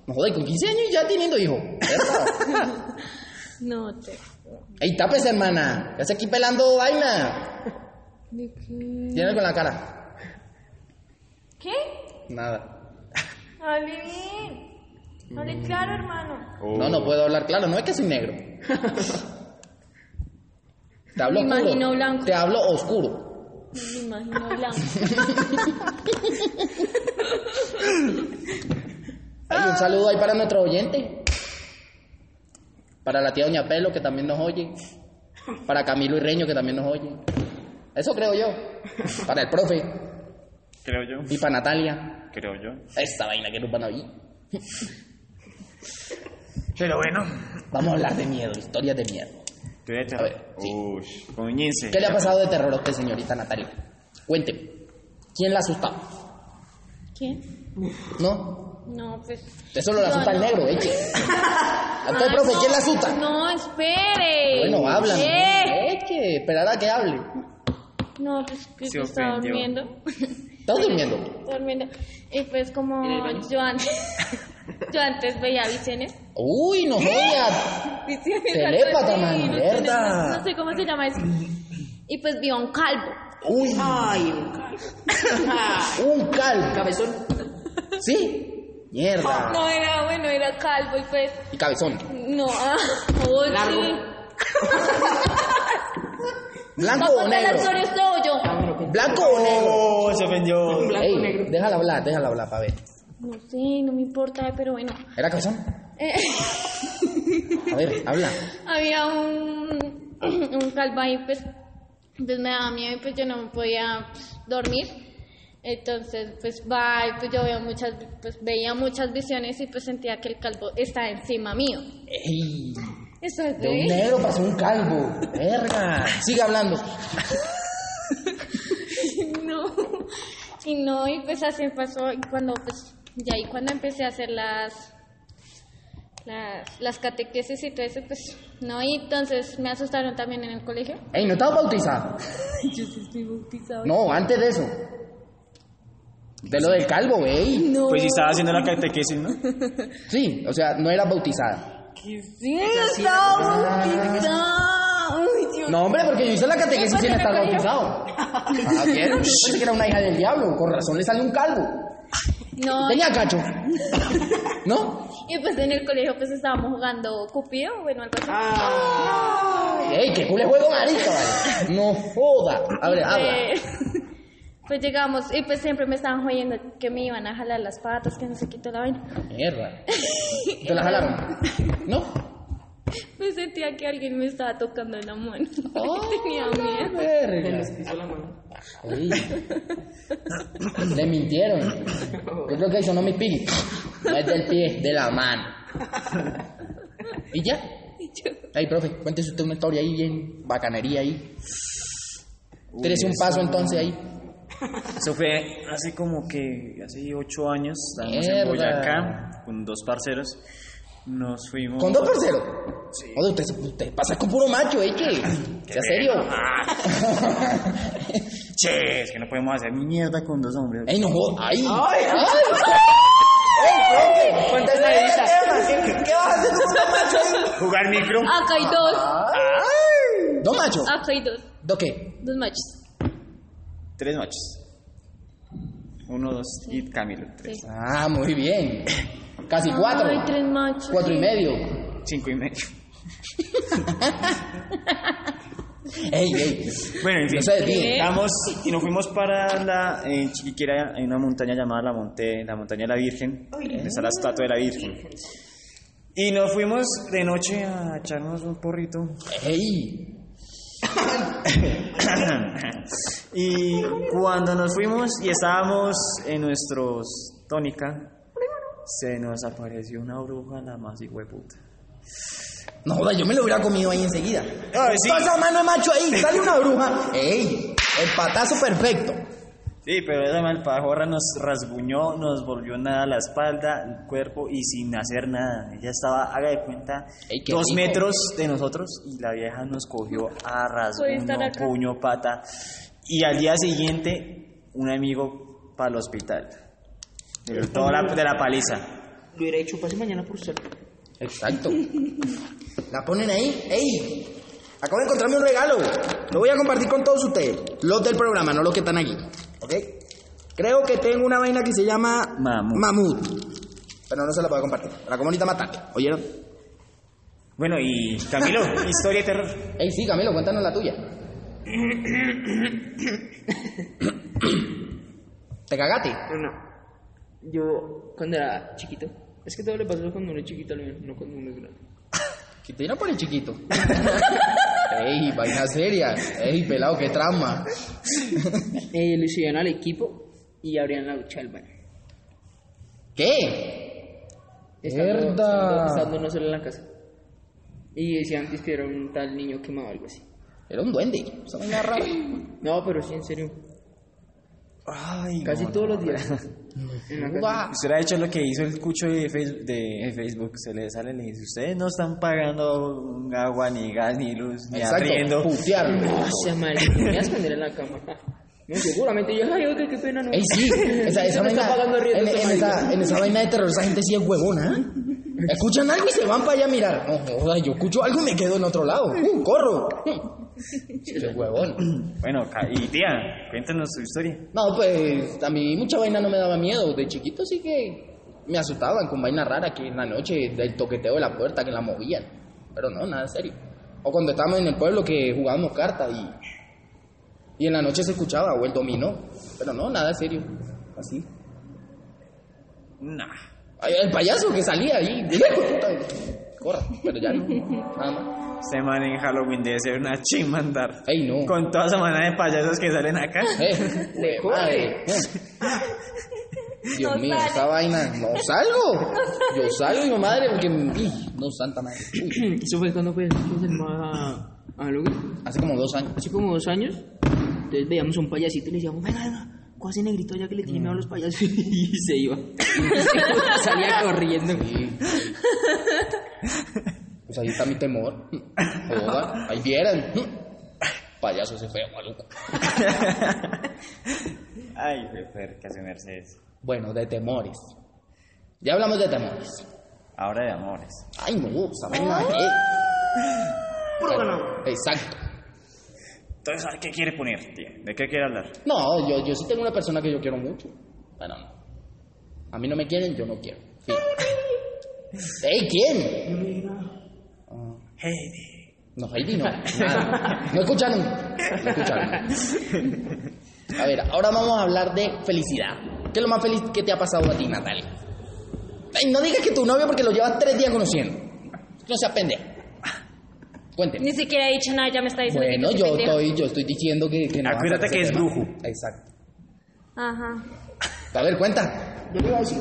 Speaker 2: No joda, y con 15 años ya teniendo hijos. Epa.
Speaker 4: No te.
Speaker 2: Ey, tápese, hermana. Ya se aquí pelando vaina.
Speaker 4: ¿De qué?
Speaker 2: Tiene con la cara.
Speaker 4: ¿Qué?
Speaker 2: Nada.
Speaker 4: Hable bien. Hable claro, hermano.
Speaker 2: No, no puedo hablar claro, no es que soy negro. Te hablo
Speaker 4: Me
Speaker 2: oscuro.
Speaker 4: imagino blanco.
Speaker 2: Te hablo oscuro.
Speaker 4: Me imagino blanco.
Speaker 2: Ay, un saludo ahí para nuestro oyente. Para la tía Doña Pelo, que también nos oye. Para Camilo y Reño, que también nos oye. Eso creo yo. Para el profe.
Speaker 1: Creo yo,
Speaker 2: Y para Natalia.
Speaker 1: creo yo.
Speaker 2: Esta vaina que nos van a oír.
Speaker 1: Pero bueno.
Speaker 2: Vamos a hablar de miedo, historias de miedo.
Speaker 1: ¿Qué de
Speaker 2: A ver, sí.
Speaker 1: Uy, comience.
Speaker 2: ¿Qué le ha pasado de terror a usted, señorita Natalia? Cuénteme. ¿Quién la ha asustado?
Speaker 4: ¿Quién?
Speaker 2: ¿No?
Speaker 4: No, pues.
Speaker 2: Usted solo le asusta al negro, ¿eh? A usted,
Speaker 4: Ay,
Speaker 2: profe,
Speaker 4: Ah, no,
Speaker 2: ¿quién la asusta?
Speaker 4: No, espere.
Speaker 2: Bueno, hablan. Eh.
Speaker 4: ¿Qué?
Speaker 2: Es que esperar a que hable.
Speaker 4: No, pues que
Speaker 1: Se
Speaker 4: yo estaba
Speaker 1: ofendió.
Speaker 4: durmiendo.
Speaker 2: ¿Estás durmiendo?
Speaker 4: durmiendo. Y pues como
Speaker 3: ¿En el baño?
Speaker 4: yo antes, yo antes veía visiones.
Speaker 2: Uy, no jodas.
Speaker 4: Visiones.
Speaker 2: Telépata,
Speaker 4: algo así,
Speaker 2: man,
Speaker 4: no sé,
Speaker 2: mierda.
Speaker 4: No, no sé cómo se llama eso. Y pues vi a un calvo.
Speaker 2: Uy,
Speaker 3: Ay, un calvo.
Speaker 2: un calvo.
Speaker 3: Cabezón.
Speaker 2: ¿Sí? Mierda.
Speaker 4: No era bueno, era calvo y pues
Speaker 2: Y cabezón.
Speaker 4: no. Ah, oh, sí.
Speaker 3: Largo.
Speaker 2: ¿Blanco
Speaker 4: Va
Speaker 2: o
Speaker 4: a contar la
Speaker 2: negro?
Speaker 4: historia usted o yo.
Speaker 3: Ah, bueno, con-
Speaker 2: ¿Blanco o negro?
Speaker 1: Oh, se ofendió.
Speaker 3: Blanco, negro.
Speaker 2: Ey, déjala hablar, déjala hablar, pa' ver.
Speaker 4: No sé, no me importa, pero bueno.
Speaker 2: ¿Era cabezón?
Speaker 4: Eh,
Speaker 2: A ver, habla.
Speaker 4: había un, un calvo ahí, pues, entonces me daba miedo y pues yo no podía pues, dormir. Entonces, pues, va, y, pues yo veía muchas, pues, veía muchas visiones y pues sentía que el calvo está encima mío.
Speaker 2: Ey,
Speaker 4: Eso es
Speaker 2: de un
Speaker 4: de-
Speaker 2: negro pasó un calvo. Verga. Sigue hablando.
Speaker 4: No. Y no, y pues así pasó. Y cuando, pues, ya ahí cuando empecé a hacer las, las, las catequesis y todo eso, pues, no, y entonces me asustaron también en el colegio.
Speaker 2: Ey, no estaba bautizado.
Speaker 4: Yo sí estoy bautizado.
Speaker 2: No, antes de eso. De lo del calvo, ey.
Speaker 4: No.
Speaker 1: Pues si estaba haciendo la catequesis, ¿no?
Speaker 2: Sí, o sea, no era bautizada.
Speaker 4: Que sí, estaba bautizado. Uy, Dios.
Speaker 2: No, hombre, porque yo hice la catequesis
Speaker 4: Sí,
Speaker 2: sin
Speaker 4: porque
Speaker 2: estar
Speaker 4: me cogió.
Speaker 2: bautizado. Ah, ¿vieron? Yo pensé que era una hija del diablo. Con razón le sale un calvo.
Speaker 4: No,
Speaker 2: Tenía cacho. ¿No?
Speaker 4: y pues en el colegio, pues estábamos jugando Cupido, bueno, algo así.
Speaker 2: Ah, ¡Ey, qué cool juego, marica, vale! ¡No joda! A ver, habla.
Speaker 4: Pues, pues llegamos y pues siempre me estaban jodiendo que me iban a jalar las patas, que no se quitó la vaina.
Speaker 2: Mierda. ¿Te la jalaron? ¿No?
Speaker 4: Me Pues sentía que alguien me estaba tocando la mano.
Speaker 2: Oh.
Speaker 4: Tenía
Speaker 2: la
Speaker 4: miedo.
Speaker 2: verga!
Speaker 3: Hizo la mano.
Speaker 2: Ey. Le mintieron. Yo creo que eso no es mi pie. No es del pie, de la mano. ¿Y ya? Ay, profe, cuéntese usted una historia ahí bien bacanería ahí. Tírese un paso entonces ahí.
Speaker 1: Eso fue hace como que, hace ocho años, estábamos en
Speaker 2: Mierda.
Speaker 1: Boyacá con dos parceros. Nos fuimos.
Speaker 2: ¿Con dos por cero? Joder, usted, se- usted pues, pasa con puro macho, ¿eh? ¿Qué? ¿Sea serio?
Speaker 1: Che, es que no podemos hacer mierda con dos hombres.
Speaker 2: ¡Ey, no jodas! ¡Ay!
Speaker 3: Ay, ay.
Speaker 2: ¡Ey, profe!
Speaker 3: ¿Cuántas deditas?
Speaker 2: ¿Qué, qué vas a hacer con un macho ahí?
Speaker 1: Jugar micro.
Speaker 2: Ah.
Speaker 4: Acá hay dos,
Speaker 2: ¡Ay! ¿Dos machos?
Speaker 4: acá hay dos,
Speaker 2: ¿Dos qué?
Speaker 4: dos machos.
Speaker 1: Tres machos. Uno, dos y Camilo. Tres.
Speaker 4: Sí.
Speaker 2: Ah, muy bien. Casi cuatro.
Speaker 4: Ay, tres machos.
Speaker 2: Cuatro y
Speaker 4: sí.
Speaker 2: medio.
Speaker 1: Cinco y medio.
Speaker 2: ¡Ey, ey!
Speaker 1: Bueno, en fin.
Speaker 2: No se desvíen.
Speaker 1: Estamos y nos fuimos para la eh, Chiquiquera, en una montaña llamada la, Monte, la Montaña de la Virgen, donde está la estatua de la Virgen. Y nos fuimos de noche a echarnos un porrito.
Speaker 2: ¡Ey!
Speaker 1: y cuando nos fuimos y estábamos en nuestros tónica, se nos apareció una bruja, la más hueputa.
Speaker 2: No jodas, yo me lo hubiera comido ahí enseguida.
Speaker 1: Ay, sí.
Speaker 2: Pasa mano de macho ahí, sale una bruja. ¡Ey! El patazo perfecto.
Speaker 1: Sí, pero esa malpajorra nos rasguñó, nos volvió nada la espalda, el cuerpo y sin hacer nada. Ella estaba, haga de cuenta,
Speaker 2: Ey, qué
Speaker 1: dos
Speaker 2: rico.
Speaker 1: metros de nosotros y la vieja nos cogió a
Speaker 4: Puede
Speaker 1: rasguño,
Speaker 4: estar acá.
Speaker 1: puño, pata. Y al día siguiente, un amigo para el hospital. De toda la, de la paliza.
Speaker 3: Lo hubiera hecho pase mañana por ser.
Speaker 2: Exacto. La ponen ahí. ¡Ey! Acabo de encontrarme un regalo. Lo voy a compartir con todos ustedes. Los del programa, no los que están aquí. ¿Ok? Creo que tengo una vaina que se llama
Speaker 1: Mamut.
Speaker 2: Pero no se la puedo compartir. La comunita mata. ¿Oyeron?
Speaker 1: Bueno, y Camilo, historia de terror.
Speaker 2: Ey, sí, Camilo, cuéntanos la tuya. ¿Te cagaste?
Speaker 3: No, no. Yo, cuando era chiquito, es que todo le pasó cuando uno es chiquito al mío, no cuando uno es grande.
Speaker 2: Que te dieron por el chiquito. Ey, vaina seria. Ey, pelado, qué trama.
Speaker 3: Eh, lo hicieron al equipo y abrían la ducha del baño.
Speaker 2: ¿Qué?
Speaker 3: Estando,
Speaker 2: Mierda.
Speaker 3: estando, estando uno solo en la casa. Y decían antes que este era un tal niño quemado o algo así.
Speaker 2: Era un duende. Esa vaina rara.
Speaker 3: No, pero sí, en serio.
Speaker 1: Ay,
Speaker 3: Casi todos los días. En la casa.
Speaker 2: Guau.
Speaker 1: Ah. Usted ha hecho lo que hizo el cucho de, Face- de Facebook, se le sale y le dice, ustedes no están pagando agua, ni gas, ni luz, ni arriendo.
Speaker 2: Exacto. Putearlo.
Speaker 3: No, sea madre, me voy a esconder en la cama. No, seguramente yo, ay, oye, qué pena, no.
Speaker 2: Ey, Eh, sí. Esa, esa
Speaker 3: Me
Speaker 2: vaina,
Speaker 3: está pagando riendo
Speaker 2: en,
Speaker 3: este
Speaker 2: en
Speaker 3: marica.
Speaker 2: esa, en esa vaina de terror, esa gente sí es huevona. ¿eh? Escuchan algo y se van para allá a mirar. No, joda, yo escucho algo y me quedo en otro lado. Uh, corro. Ese huevón.
Speaker 1: Bueno, ca- y tía, cuéntanos su historia.
Speaker 2: No, pues a mí mucha vaina no me daba miedo. De chiquito sí que me asustaban con vaina rara que en la noche del toqueteo de la puerta que la movían. Pero no, nada serio. O cuando estábamos en el pueblo que jugábamos cartas y, y en la noche se escuchaba o el dominó. Pero no, nada serio. Así.
Speaker 1: Nah.
Speaker 2: Ay, el payaso que salía ahí. Corra, pero ya no. Nada más.
Speaker 1: Este man en Halloween debe ser una chimandar.
Speaker 2: Ey,
Speaker 3: Eh.
Speaker 2: no.
Speaker 1: Con toda esa manada de payasos que salen acá.
Speaker 2: Eh,
Speaker 3: Le
Speaker 2: jue-
Speaker 3: corre.
Speaker 2: madre. Dios
Speaker 4: No
Speaker 2: mío,
Speaker 4: sale.
Speaker 2: esta vaina. No salgo. Yo salgo, y mi madre, porque. ih, No, santa madre. Uy,
Speaker 3: Eso fue cuando fue fuimos el ma- a Halloween.
Speaker 2: hace como dos años.
Speaker 3: Hace como dos años. Entonces veíamos a un payasito y le decíamos, venga, venga, coja ese negrito ya que le tiene miedo a los payasos y se iba. Salía corriendo.
Speaker 2: Pues ahí está mi temor. Joda, ahí vieran. Payaso se fue, maluco.
Speaker 1: Ay, Fer, que hace Mercedes.
Speaker 2: Bueno, de temores. Ya hablamos de temores.
Speaker 1: Ahora de amores.
Speaker 2: Ay, no, ¿saben nada? Exacto.
Speaker 1: Entonces, ¿a ¿qué quiere poner, tío? ¿De qué quiere hablar?
Speaker 2: No, yo, yo sí tengo una persona que yo quiero mucho. Bueno, no. A mí no me quieren, yo no quiero. Fin. ¡Ey, quién! Ah,
Speaker 1: Hey,
Speaker 2: No, Heidi no. Nada. No escucharon. No escucharon. A ver, ahora vamos a hablar de felicidad. ¿Qué es lo más feliz que te ha pasado a ti, Natalia? Ey, no digas que tu novio porque lo llevas tres días conociendo. No seas pendejo. Cuénteme.
Speaker 4: Ni siquiera he dicho nada, ya me está diciendo. que
Speaker 2: Bueno,
Speaker 4: soy
Speaker 2: yo
Speaker 4: pendeja.
Speaker 2: estoy, yo estoy diciendo que, que no. vas a
Speaker 1: Acuérdate
Speaker 2: hacer
Speaker 1: que
Speaker 2: ese
Speaker 1: es
Speaker 2: tema.
Speaker 1: brujo.
Speaker 2: Exacto.
Speaker 4: Ajá.
Speaker 2: A ver, cuenta. Yo le iba a decir.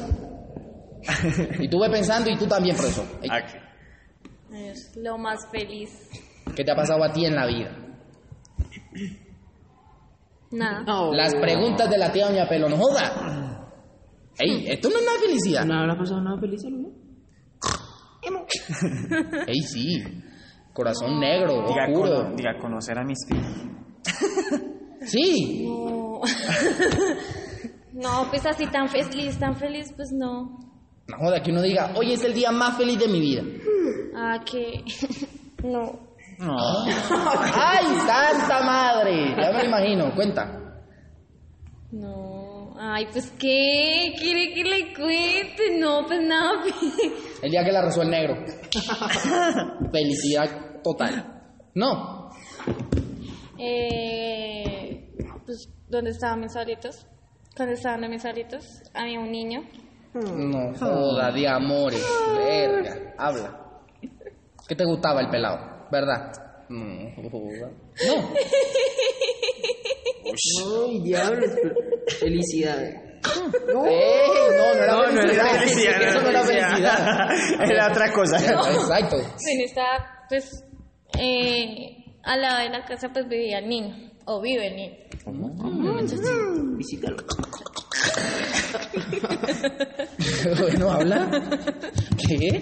Speaker 2: y tú ve pensando y tú también, profesor. Ey,
Speaker 1: Aquí.
Speaker 4: Es lo más feliz.
Speaker 2: ¿Qué te ha pasado a ti en la vida?
Speaker 4: Nada.
Speaker 3: No,
Speaker 2: Las preguntas de la tía Doña Pelo, no joda. Ey, esto no es nada de felicidad.
Speaker 3: ¿No habrá pasado nada feliz alguna?
Speaker 2: Ey, sí. Corazón negro,
Speaker 1: Diga,
Speaker 2: oscuro.
Speaker 1: cono- diga, conocer a mis tíos.
Speaker 2: Sí.
Speaker 4: No. no, pues así tan feliz, tan feliz, pues no.
Speaker 2: No joda que uno diga, hoy es el día más feliz de mi vida.
Speaker 4: Ah, que. no.
Speaker 1: No.
Speaker 2: ¡Ay, santa madre! Ya me lo imagino, cuenta.
Speaker 4: No. Ay, pues qué. ¿Quiere que le cuente? No, pues nada. pues.
Speaker 2: El día que la rezó el negro. Felicidad total. No.
Speaker 4: eh, pues, ¿dónde estaban mis abuelitos? Cuando estaban en mis abuelitos, había un niño.
Speaker 2: No joda, de amores. Verga. Habla. ¿Qué te gustaba el pelado? ¿Verdad? No joda. No.
Speaker 3: Ay, diablos. pero- Felicidades.
Speaker 2: Ey, Eh, no, no era
Speaker 1: No, no era
Speaker 2: felicidad.
Speaker 1: felicidad.
Speaker 2: Eso no era felicidad.
Speaker 1: Era otra cosa.
Speaker 2: Exacto.
Speaker 4: Bueno, estaba, pues, eh, al lado de la casa, pues vivía el niño. O vive el niño.
Speaker 2: Mm.
Speaker 3: Visítalo.
Speaker 2: Bueno, habla. ¿Qué?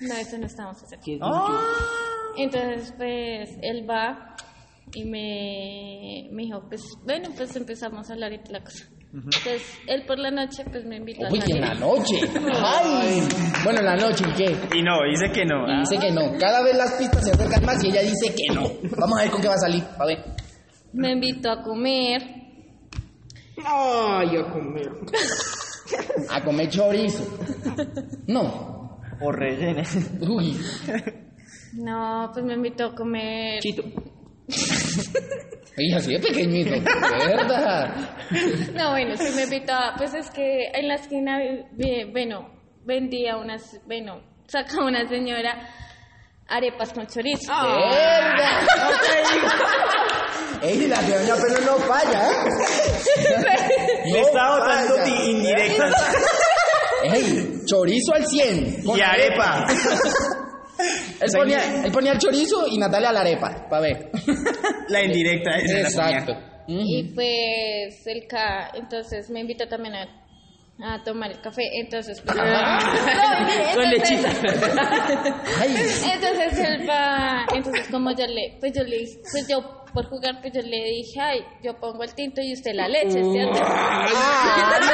Speaker 4: No, eso no estábamos haciendo.
Speaker 3: Que-
Speaker 2: Ah.
Speaker 4: Entonces, pues, él va y me, me dijo, pues, bueno, pues empezamos a hablar y la cosa. Entonces, él por la noche, pues, me invitó
Speaker 2: Uy,
Speaker 4: a
Speaker 2: en la
Speaker 4: salir.
Speaker 2: noche. Ay. Bueno, en la noche, ¿y qué?
Speaker 1: Y no, dice que no.
Speaker 2: Y dice que no. Cada vez las pistas se acercan más y ella dice que no. Vamos a ver con qué va a salir. A ver.
Speaker 4: Me invitó a comer.
Speaker 3: Ay, a comer.
Speaker 2: A comer chorizo. No.
Speaker 1: O rellene.
Speaker 2: Uy.
Speaker 4: No, pues me invitó a comer.
Speaker 3: Chito.
Speaker 2: Ella así de pequeñito. ¿Verdad?
Speaker 4: No, bueno, sí me invitó a, pues es que en la esquina, vi- bueno, vendía unas, bueno, saca una señora arepas con chorizo.
Speaker 2: Ah. ¿Verdad? Ey, la de Doña Pelo no falla, ¿eh?
Speaker 1: Le estaba dando
Speaker 2: vaya.
Speaker 1: ti- indirectas.
Speaker 2: Ey, chorizo al 100.
Speaker 1: Y arepa.
Speaker 2: Él ponía, él ponía el chorizo y Natalia la arepa, pa' ver.
Speaker 1: La indirecta es
Speaker 2: Exacto. Ujú.
Speaker 4: Y pues el ca entonces me invitó también a, a tomar el café, entonces pues, No, mire,
Speaker 3: Con
Speaker 4: entonces-
Speaker 3: lechita.
Speaker 2: Ay,
Speaker 4: Entonces él va, entonces como yo le, pues yo le dije, pues yo por jugar, pues yo le dije, ay, yo pongo el tinto y usted la leche, ¿cierto?
Speaker 2: ah, no.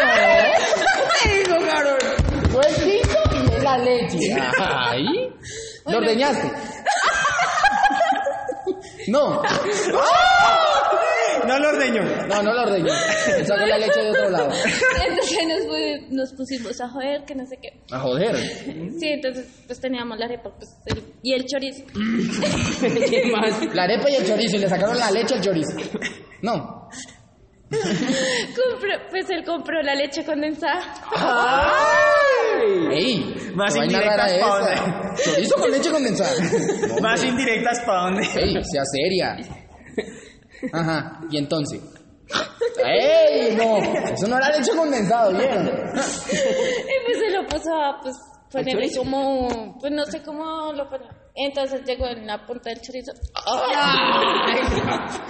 Speaker 2: Fue el tinto y es la leche. Ay. ¿Lo
Speaker 4: Bueno.
Speaker 2: ordeñaste? No,
Speaker 1: No lo ordeño.
Speaker 2: no, no lo ordeñé. Él sacó la leche de otro lado.
Speaker 4: Entonces nos, fu- nos pusimos a joder, que no sé qué.
Speaker 2: A joder.
Speaker 4: Sí, entonces pues teníamos la arepa pues, el- y el chorizo.
Speaker 3: ¿Qué más?
Speaker 2: La arepa y el chorizo, y le sacaron la leche al chorizo. No.
Speaker 4: Compró- pues él compró la leche condensada.
Speaker 2: Ah. Ey,
Speaker 1: Más
Speaker 2: qué vaina
Speaker 1: indirectas
Speaker 2: rara
Speaker 1: pa'
Speaker 2: esa. Chorizo con leche condensada.
Speaker 1: Más indirectas para dónde.
Speaker 2: ¡Ey, sea seria! Ajá, y entonces. ¡Ey, no! Eso no era leche condensado, ¿vieron?
Speaker 4: Y pues se lo puso a pues ponerle
Speaker 3: chorizo?
Speaker 4: como, pues no sé cómo lo ponía. Entonces llegó en la punta del chorizo.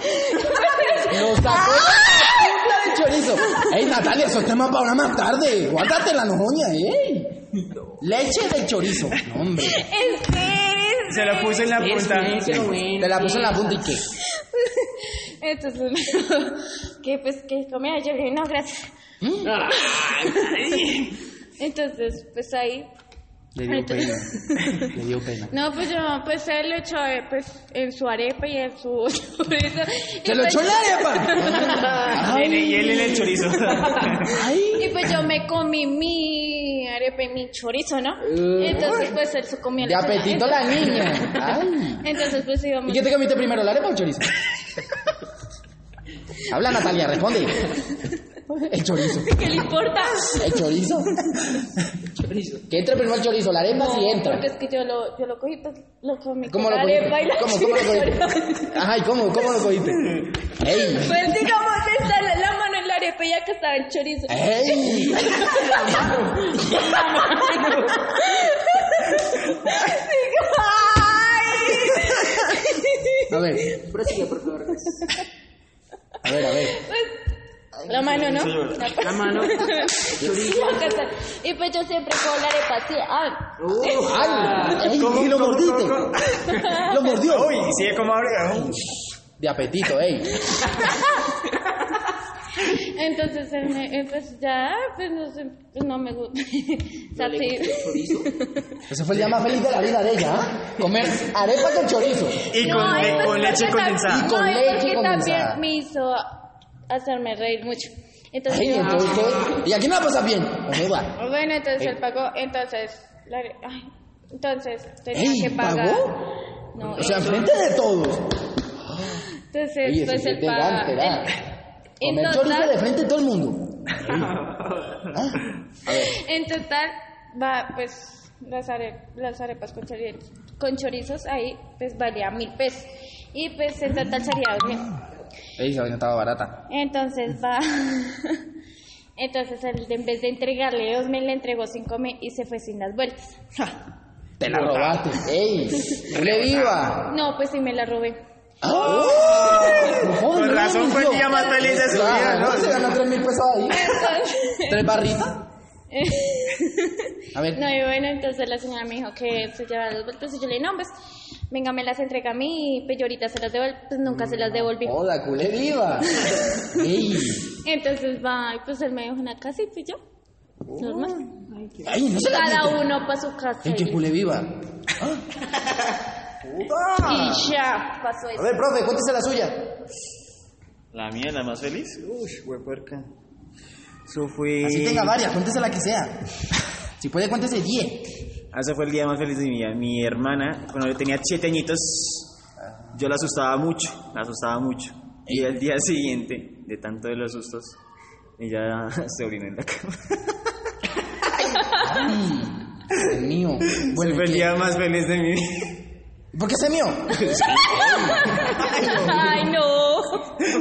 Speaker 2: Lo sacó de la punta del chorizo. Ey, Natalia, eso es tema para una más tarde. Guárdate la nojonia, ey. Leche de chorizo. No, hombre.
Speaker 4: Espérense.
Speaker 1: Se la puse en la
Speaker 3: Es
Speaker 1: punta.
Speaker 3: necio, güey.
Speaker 2: Te la puso en la punta y qué.
Speaker 4: Entonces, que pues que comía yo le dije, no, gracias. Entonces, pues ahí
Speaker 2: Le dio pena. Le dio pena.
Speaker 4: No, pues yo, pues él lo echó eh, pues, en su arepa y en su chorizo. Y
Speaker 2: ¡Se lo
Speaker 4: pues-
Speaker 2: echó en la arepa!
Speaker 1: Y él- Y él en el chorizo.
Speaker 2: ¡Ay!
Speaker 4: Y pues yo me comí mi arepa y mi chorizo, ¿no? Entonces, pues él se comió
Speaker 2: De apetito la niña. ¡Ay!
Speaker 4: Entonces, pues
Speaker 2: ¿Y
Speaker 4: íbamos.
Speaker 2: qué te comiste primero, la arepa o el chorizo? Habla Natalia, responde. El chorizo.
Speaker 4: ¿Qué le importa?
Speaker 2: El chorizo.
Speaker 3: Chorizo.
Speaker 2: Que entre primero el chorizo, la arepa sí entra.
Speaker 4: Porque es que yo lo, yo lo cogí, pues lo comí
Speaker 2: ¿Cómo
Speaker 4: con
Speaker 2: lo
Speaker 4: la
Speaker 2: cogiste?
Speaker 4: arepa y la
Speaker 2: ¿Cómo, cómo lo cogiste? Ajá, ¿y cómo, cómo lo cogiste? ¡Ey!
Speaker 4: Pues digamos, está la, la mano en la arepa y acá estaba el chorizo.
Speaker 2: Eh. ¡Ey! A ver,
Speaker 3: Prosigue, por favor.
Speaker 2: a ver, a ver.
Speaker 4: Pues, la mano, ¿no?
Speaker 3: La mano. Chorizo.
Speaker 4: Acá está. Y pues yo siempre con la arepa así. Ah,
Speaker 3: Oh,
Speaker 2: Uh, ¡Ay! ¡Ey!
Speaker 1: ¿Cómo,
Speaker 2: ¡Y lo
Speaker 1: cómo,
Speaker 2: mordiste!
Speaker 1: cómo,
Speaker 2: ¡Lo mordió!
Speaker 1: Uy, sigue como ahora.
Speaker 2: De apetito, ey.
Speaker 4: Entonces, él me- eh, pues ya, pues no, sé, pues, no me gusta. o sea,
Speaker 3: le
Speaker 4: sí.
Speaker 3: gusta el chorizo.
Speaker 2: Ese fue el día más feliz de la vida de ella, ¿ah? Comer arepa con chorizo.
Speaker 1: Y
Speaker 4: No,
Speaker 1: con,
Speaker 4: y
Speaker 1: le-
Speaker 4: pues
Speaker 1: con leche
Speaker 4: porque tam-
Speaker 1: condensada.
Speaker 2: Y con
Speaker 4: No, y
Speaker 2: leche
Speaker 4: porque
Speaker 2: condensada.
Speaker 4: también me hizo hacerme reír mucho. Entonces,
Speaker 2: Ey,
Speaker 4: yo-
Speaker 2: entonces, ¿qué? ¿y aquí me va a pasar bien? ¿O me va?
Speaker 4: bueno, entonces él pagó, entonces, la, are- ay, entonces tenía
Speaker 2: Ey,
Speaker 4: que pagar.
Speaker 2: ¿pagó?
Speaker 4: No,
Speaker 2: O sea,
Speaker 4: él-
Speaker 2: enfrente de todos.
Speaker 4: entonces,
Speaker 2: Ey, eso
Speaker 4: pues
Speaker 2: sí es
Speaker 4: él
Speaker 2: elegante, ¿verdad?
Speaker 4: paga. En,
Speaker 2: Comer
Speaker 4: en
Speaker 2: chorizo de
Speaker 4: total,
Speaker 2: frente de todo el mundo. Ah, A ver,
Speaker 4: en total, va, pues, las, are- las arepas con, chori- con chorizos ahí, pues, valía mil pesos. Y, pues, en total sería dos mil.
Speaker 2: ey, esa vaina estaba barata.
Speaker 4: Entonces va. Entonces él, en vez de entregarle dos mil, le entregó cinco mil y se fue sin las vueltas.
Speaker 2: Te la robaste. ¡Ey! ¡Reviva!
Speaker 4: No, pues sí me la robé.
Speaker 2: Ah. ¡Oh!
Speaker 1: Con razón fue el día más feliz de su vida, ¿no?
Speaker 2: Se ganó 3 mil pesos ahí. ¿Tres barritas? A ver.
Speaker 4: No, y bueno, entonces la señora me dijo que se llevaba las vueltas y yo le dije, no, pues, venga, me las entrega a mí y pues yo ahorita se las devuelvo. Pues nunca se las devolví.
Speaker 2: ¡Hola, culé viva! ¡Ey!
Speaker 4: Entonces va, y pues él me dejó una casita y yo. Normal.
Speaker 2: ¡Ay, no se la
Speaker 4: Cada
Speaker 2: quite.
Speaker 4: uno para su casa.
Speaker 2: ¡Ey, qué
Speaker 4: Y
Speaker 2: culé viva! ¡Ah!
Speaker 4: y ya pasó
Speaker 2: A
Speaker 4: eso.
Speaker 2: ver, profe, cuéntese la suya.
Speaker 1: La mía, la más feliz. Uy, güey, puerca. Eso fue.
Speaker 2: Así tenga varias, cuéntese la que sea. Si puede, cuéntese 10.
Speaker 1: Ese fue el día más feliz de mi vida. Mi hermana, cuando yo tenía siete añitos, yo la asustaba mucho, la asustaba mucho. Y al día siguiente, de tanto de los sustos, ella se orinó en la cama.
Speaker 2: Dios mío. Bueno,
Speaker 1: fue el
Speaker 2: ¿y
Speaker 1: día más feliz de mi vida.
Speaker 2: qué? ¿por qué se mío?
Speaker 4: Ay, no.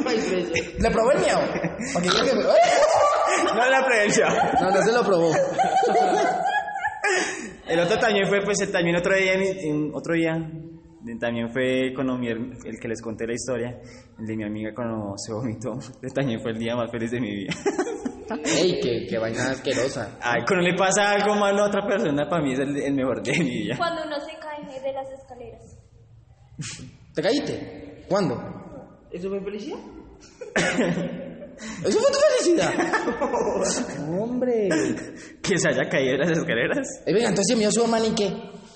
Speaker 3: Ay, preso.
Speaker 2: ¿Le probó el mío? Porque yo que...
Speaker 1: No la prevención.
Speaker 2: No, no se lo probó.
Speaker 1: El otro también fue, pues el- también otro día, en- en- otro día, de- también fue con mi her- el que les conté la historia, el de mi amiga cuando se vomitó. Ese También fue el día más feliz de mi vida.
Speaker 2: ¡Ey, qué, qué vaina asquerosa!
Speaker 1: Ay, cuando le pasa algo malo a otra persona, para mí es el, el mejor día de mi vida.
Speaker 4: Cuando uno se cae de las escaleras.
Speaker 2: ¿Te caíste? ¿Cuándo?
Speaker 3: ¿Eso fue felicidad?
Speaker 2: ¡Eso fue tu felicidad! ¡Hombre!
Speaker 1: Que se haya caído de las escaleras.
Speaker 2: Eh, venga, entonces mi su hermano y qué.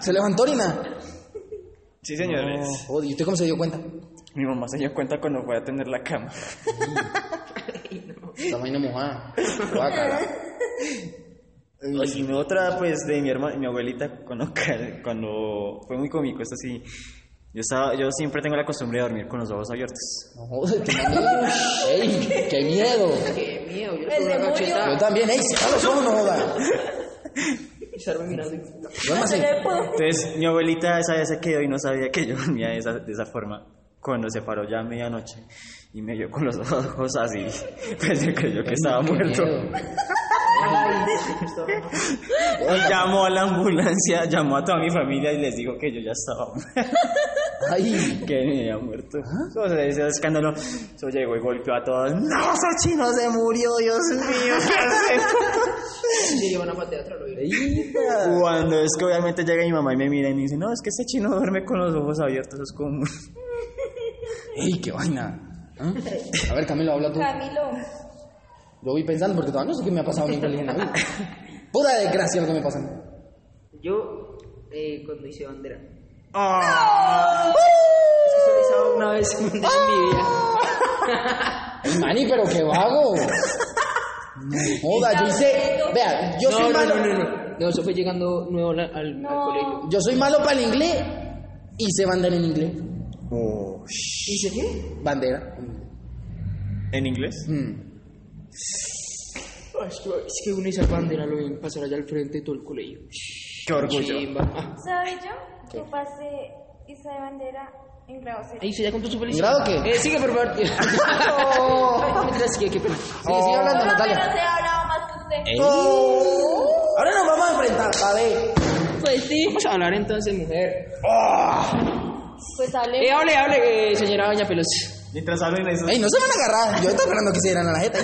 Speaker 2: ¿Se levantó orina?
Speaker 1: Sí, señores.
Speaker 2: Joder, ¿y usted cómo se dio cuenta?
Speaker 1: Mi mamá se dio cuenta cuando fue a tener la cama.
Speaker 2: Esta vaina mojada. Guácala.
Speaker 1: Y si no, otra, pues, de mi hermana, mi abuelita, cuando, ca- cuando fue muy cómico, esto sí. Yo, estaba, yo siempre tengo la costumbre de dormir con los ojos abiertos.
Speaker 2: No joder, tu mamá. ¡Ey, qué miedo!
Speaker 3: Qué miedo, yo le tuve una
Speaker 2: Yo
Speaker 3: cachetada.
Speaker 2: también, ey, cierra los ojos, no jodas.
Speaker 3: Y estarme mirando. y-
Speaker 2: Duérmase.
Speaker 1: Entonces, mi abuelita esa vez se quedó y no sabía que yo dormía de esa, de esa forma. Cuando se paró ya a medianoche y me vio con los ojos así, pues yo creyó que estaba
Speaker 2: Qué
Speaker 1: muerto.
Speaker 2: miedo.
Speaker 3: Ah,
Speaker 2: Ah,
Speaker 1: llamó a la ambulancia, llamó a toda mi familia y les dijo que yo ya estaba muerto,
Speaker 2: Ay,
Speaker 1: que me había muerto. Eso se dice escándalo. Eso llegó y golpeó a todos. ¡No, ese chino se murió, Dios mío! ¿qué
Speaker 3: Se llevan a patear atrás, lo diré.
Speaker 1: hacemos?". Cuando es que obviamente llega mi mamá y me mira y me dice, no, es que este chino duerme con los ojos abiertos, es como...
Speaker 2: ey, qué vaina. ¿Ah? A ver, Camilo, habla tú.
Speaker 5: Camilo,
Speaker 2: Yo voy pensando porque todavía no sé qué me ha pasado a mí en religión. Pura desgracia lo que me pasa. a mí.
Speaker 3: Yo, eh, cuando hice bandera. Es
Speaker 1: ¡Ah!
Speaker 3: que solo hice una vez bandera en mi
Speaker 2: Ah,
Speaker 3: vida.
Speaker 2: Ay, Mani, pero qué vago. No joda, yo hice. Vea, yo
Speaker 3: no,
Speaker 2: soy
Speaker 3: no,
Speaker 2: malo.
Speaker 3: no, no, no. No, eso fue llegando nuevo al, al- al colegio.
Speaker 2: Yo soy malo para el inglés. Hice bandera en inglés.
Speaker 1: Oh,
Speaker 3: ¿Hice qué?
Speaker 2: Bandera.
Speaker 1: ¿En inglés?
Speaker 2: Mm.
Speaker 3: Ay, Es que, es que uno hizo bandera, lo ven pasar allá al frente de todo el colegio.
Speaker 1: ¡Qué orgullo!
Speaker 3: Chimba. Ah,
Speaker 5: ¿sabes yo? Yo pasé Isa de Bandera en grado cero.
Speaker 3: Ahí se ya contó su
Speaker 2: ¿En
Speaker 3: felicidad.
Speaker 2: grado qué?
Speaker 3: Eh, sigue, por favor. Ay, mientras sigue, qué pena.
Speaker 2: Sigue,
Speaker 3: Oh.
Speaker 2: sigue hablando, Natalia.
Speaker 5: se ha hablado más que usted.
Speaker 1: Oh.
Speaker 3: Oh.
Speaker 2: Ahora nos vamos a enfrentar, a ver.
Speaker 4: Pues sí.
Speaker 3: Vamos a hablar entonces, mujer.
Speaker 4: Pues hable.
Speaker 3: Eh, hable, hable, eh, señora Doña Pelos.
Speaker 1: Mientras hablen eso,
Speaker 2: Ey, no se van a agarrar. Yo estaba esperando que se dieran a la jeta.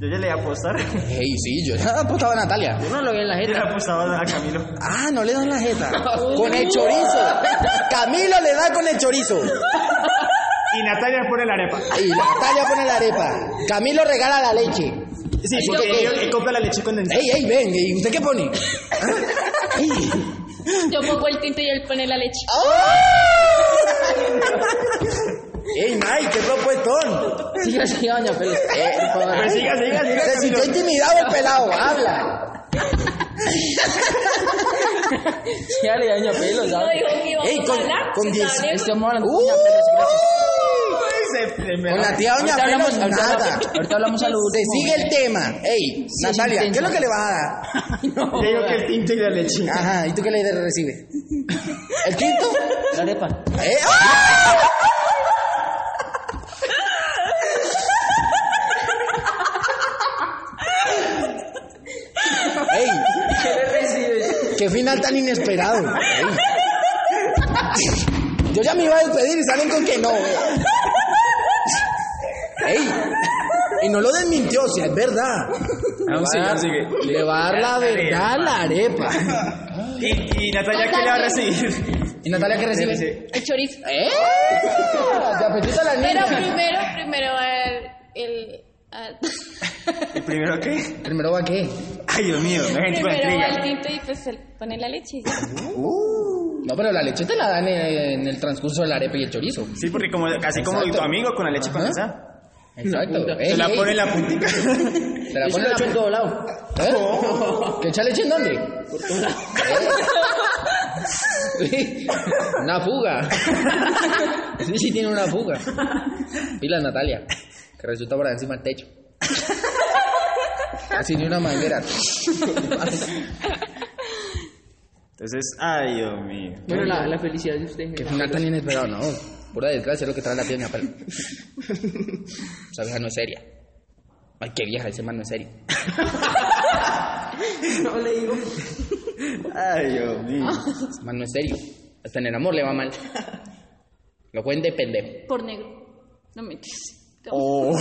Speaker 1: yo ya le iba a apostar. Yo
Speaker 2: Ey, sí, yo ya apostaba a Natalia.
Speaker 3: Yo no lo vi en la
Speaker 1: le
Speaker 3: jeta.
Speaker 1: apostaba a Camilo.
Speaker 2: Ah, no le dan la jeta. Con el chorizo. Camilo le da con el chorizo.
Speaker 1: Y Natalia pone la arepa.
Speaker 2: Y Natalia pone la arepa. Camilo regala la leche.
Speaker 1: Sí,
Speaker 2: Ay,
Speaker 1: porque
Speaker 2: yo-
Speaker 1: yo, yo compra la leche condensada.
Speaker 2: Ey, ey, ven, ¿y usted qué pone? ¿Ah? Ey.
Speaker 4: Yo pongo el tinte y él pone la leche.
Speaker 3: Ah,
Speaker 2: ¡Ey, Mike, qué propuestón!
Speaker 3: Sigue, sigue, Doña Pelos.
Speaker 2: Eh,
Speaker 1: Pues siga, siga, siga,
Speaker 2: Se
Speaker 1: Camilo.
Speaker 2: sintió intimidado el pelado, habla.
Speaker 3: Sí, dale, Doña Pelos.
Speaker 4: No
Speaker 3: dale.
Speaker 4: dijo que íbamos
Speaker 2: Ey, con-
Speaker 4: a hablar.
Speaker 2: con
Speaker 4: pues
Speaker 2: diez-
Speaker 4: hablemos.
Speaker 3: Este vamos hablando de
Speaker 2: Uy.
Speaker 3: Doña Pelos, gracias.
Speaker 1: Se- se me-
Speaker 2: Con la tía Doña
Speaker 3: Ahorita hablamos,
Speaker 2: Pelos,
Speaker 3: ahorita
Speaker 2: nada.
Speaker 3: hablamos- ahorita hablamos a los
Speaker 2: Se sigue el tema. Ey,
Speaker 3: Sí,
Speaker 2: Natalia, ¿qué es
Speaker 3: intenso.
Speaker 2: lo que le vas a dar?
Speaker 1: Yo digo que el tinto y la leche.
Speaker 2: Ajá, ¿y tú qué le recibes? ¿El quinto?
Speaker 3: La arepa.
Speaker 2: Eh, ¡ah! ¡Ey!
Speaker 3: ¿Qué le recibes?
Speaker 2: ¡Qué final tan inesperado! Ey. Yo ya me iba a despedir y salen con que no. ¡Ey! Y no lo desmintió, si es verdad.
Speaker 1: Aún sigue, aún sigue.
Speaker 2: Le va a dar la verdad a la arepa.
Speaker 1: ¿Y, y Natalia qué le va a recibir?
Speaker 2: ¿Y Natalia qué
Speaker 1: Le
Speaker 2: recibe?
Speaker 1: dice,
Speaker 4: El chorizo.
Speaker 2: ¡Eh! ¡Te apetita la
Speaker 4: Pero
Speaker 2: niña!
Speaker 4: primero, primero el... el al-
Speaker 1: ¿Y primero qué?
Speaker 2: ¿Primero va qué?
Speaker 1: Ay, Dios mío, no hay gente con
Speaker 4: primero va el
Speaker 1: intriga.
Speaker 4: tinte y pues él pone la leche. y ya.
Speaker 2: No, pero la leche te la dan eh, en el transcurso de la arepa y el chorizo.
Speaker 1: Sí, porque como, casi como
Speaker 2: Exacto.
Speaker 1: tu amigo con la leche
Speaker 2: Ajá.
Speaker 1: condensada.
Speaker 2: Exacto. Ey,
Speaker 1: Se la
Speaker 2: ey,
Speaker 1: pone en la puntita.
Speaker 2: Te la
Speaker 3: Yo se
Speaker 2: pone
Speaker 3: lo
Speaker 2: la
Speaker 3: echo en todo lado.
Speaker 2: ¿Eh? ¿Que echa leche en dónde? Por Una fuga. Sí, sí tiene una fuga. Pila Natalia, que resulta por encima del techo. Así de una manguera.
Speaker 1: Entonces, ay, Dios mío.
Speaker 3: Bueno, la, la felicidad de usted.
Speaker 2: Que
Speaker 3: mira.
Speaker 2: final tan inesperado, no. Pura desgracia es lo que trae la pierna, pero. Esa vieja no es seria. Ay, qué vieja, ese man no es serio.
Speaker 3: No le digo.
Speaker 1: Ay, Dios mío.
Speaker 2: Ese man no es serio. Hasta en el amor le va mal. Lo cuente pendejo.
Speaker 4: Por negro. No me
Speaker 2: Ah.
Speaker 1: Oh.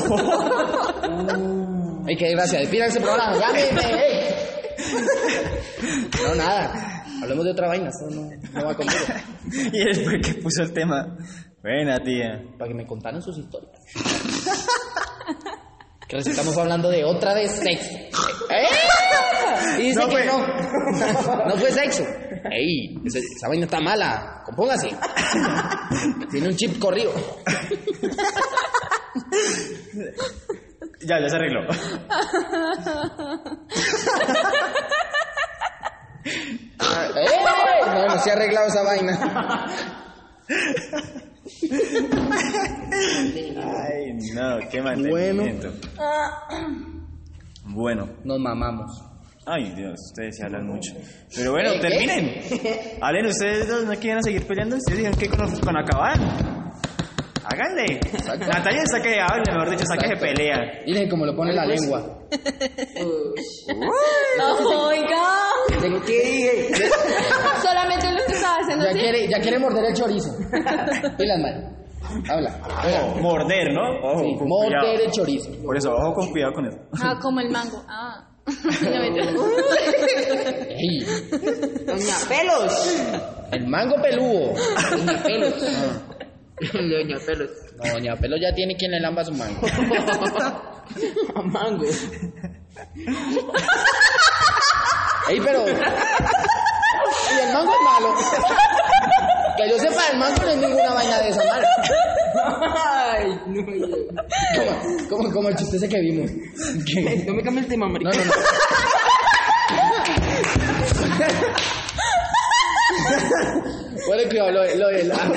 Speaker 2: Ay, qué gracia. Despidan ese programa. Ya me- me- ey. No, nada. Hablemos de otra vaina. Eso no, no va conmigo.
Speaker 1: Y después que puso el tema. Buena, tía.
Speaker 2: Para que me contaran sus historias. Que les estamos hablando de otra de sexo. ¡Eh! Y dice
Speaker 1: No
Speaker 2: que
Speaker 1: fue.
Speaker 2: no. No fue sexo. ¡Ey! Esa, esa vaina está mala. Compóngase. Tiene un chip corrido.
Speaker 1: Ya, ya se arregló.
Speaker 2: ¡Eh! No, no se ha arreglado esa vaina.
Speaker 1: Ay, no, qué mantenimiento. Bueno.
Speaker 2: Nos mamamos.
Speaker 1: Ay, Dios, ustedes se hablan mucho. Pero bueno,
Speaker 2: ¿Eh, qué?
Speaker 1: terminen. Hablen ustedes dos, ¿no quieren seguir peleando? Ustedes dijeron que con, con acabar. Háganle. Natalia está que habla, mejor dicho, está que se
Speaker 2: Exacto.
Speaker 1: pelea.
Speaker 2: Miren cómo lo pone la
Speaker 1: pues,
Speaker 2: lengua.
Speaker 4: ¡Oiga!
Speaker 2: Ya
Speaker 4: Solamente lo que estaba haciendo así.
Speaker 2: quiere, ya quiere morder el chorizo. Pilas, mal. Habla.
Speaker 1: Ojo, morder, ¿no? Ojo,
Speaker 2: Sí,
Speaker 1: con
Speaker 2: morder
Speaker 1: Oh, cuidado.
Speaker 2: el chorizo.
Speaker 1: Por eso, ojo con cuidado con eso.
Speaker 4: Ah, como el mango. Ah. No, mentira.
Speaker 2: Ey,
Speaker 3: Doña Pelos.
Speaker 2: el mango peludo.
Speaker 3: Doña Pelos. Doña Pelos.
Speaker 2: No, Ah. doña Pelo ya tiene quien le lamba su mango.
Speaker 3: A mango.
Speaker 2: Ey, pero. Y el mango es malo. Que yo sepa, el mango no es ninguna vaina de esa mala.
Speaker 3: Ay, no.
Speaker 2: Como, como, como el chiste ese que vimos.
Speaker 3: Ey, Eh, No me cambies el tema,
Speaker 2: No,
Speaker 3: marica.
Speaker 2: no, no. Bueno, cuidado, lo, de- lo de la.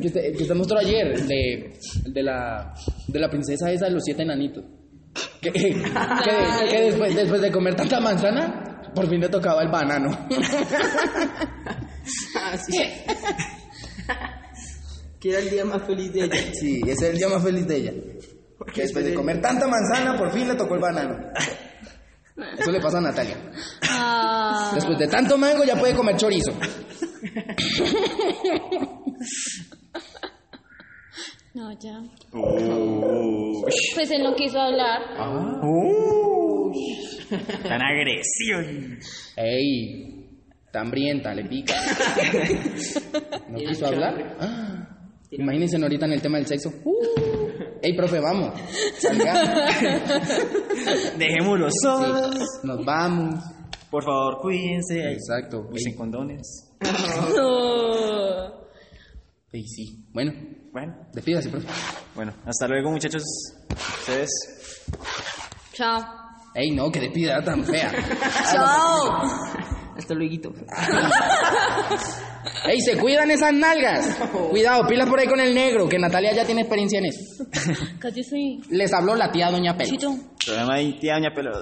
Speaker 2: Que usted, que usted mostró ayer, el de, el de la, de la princesa esa de los siete enanitos. Que, que- que después, después de comer tanta manzana, por fin le tocaba el banano.
Speaker 3: Ah, sí. que era el día más feliz de ella.
Speaker 2: Sí, ese es el día más feliz de ella. Que después de comer tanta manzana, por fin le tocó el banano. Eso le pasa a Natalia.
Speaker 4: Ah.
Speaker 2: Después de tanto mango ya puede comer chorizo.
Speaker 4: No, ya.
Speaker 1: Uy.
Speaker 4: Pues él no quiso hablar.
Speaker 2: Ah.
Speaker 1: Tan agresión.
Speaker 2: Ey, está hambrienta, le pica. ¿No quiso hablar? Ah, imagínense ahorita en el tema del sexo. Uh, ey, profe, vamos. Salga.
Speaker 1: Dejémoslo solos.
Speaker 2: Nos vamos.
Speaker 1: Por favor, cuídense. ahí.
Speaker 2: Exacto.
Speaker 1: Usen condones.
Speaker 4: No.
Speaker 2: Ey, ey, sí. Bueno,
Speaker 1: Bueno,
Speaker 2: despídase, profe.
Speaker 1: bueno, hasta luego, muchachos. Ustedes.
Speaker 4: Chao.
Speaker 2: Ey, no, que despida tan fea.
Speaker 4: Chao.
Speaker 3: Hasta luego.
Speaker 2: ¡Ey, se cuidan esas nalgas! Cuidado, pilas por ahí con el negro, que Natalia ya tiene experiencia en eso.
Speaker 4: Cállese.
Speaker 2: Les habló la tía Doña Pelo.
Speaker 4: Chito.
Speaker 1: Programa de tía Doña Pelos.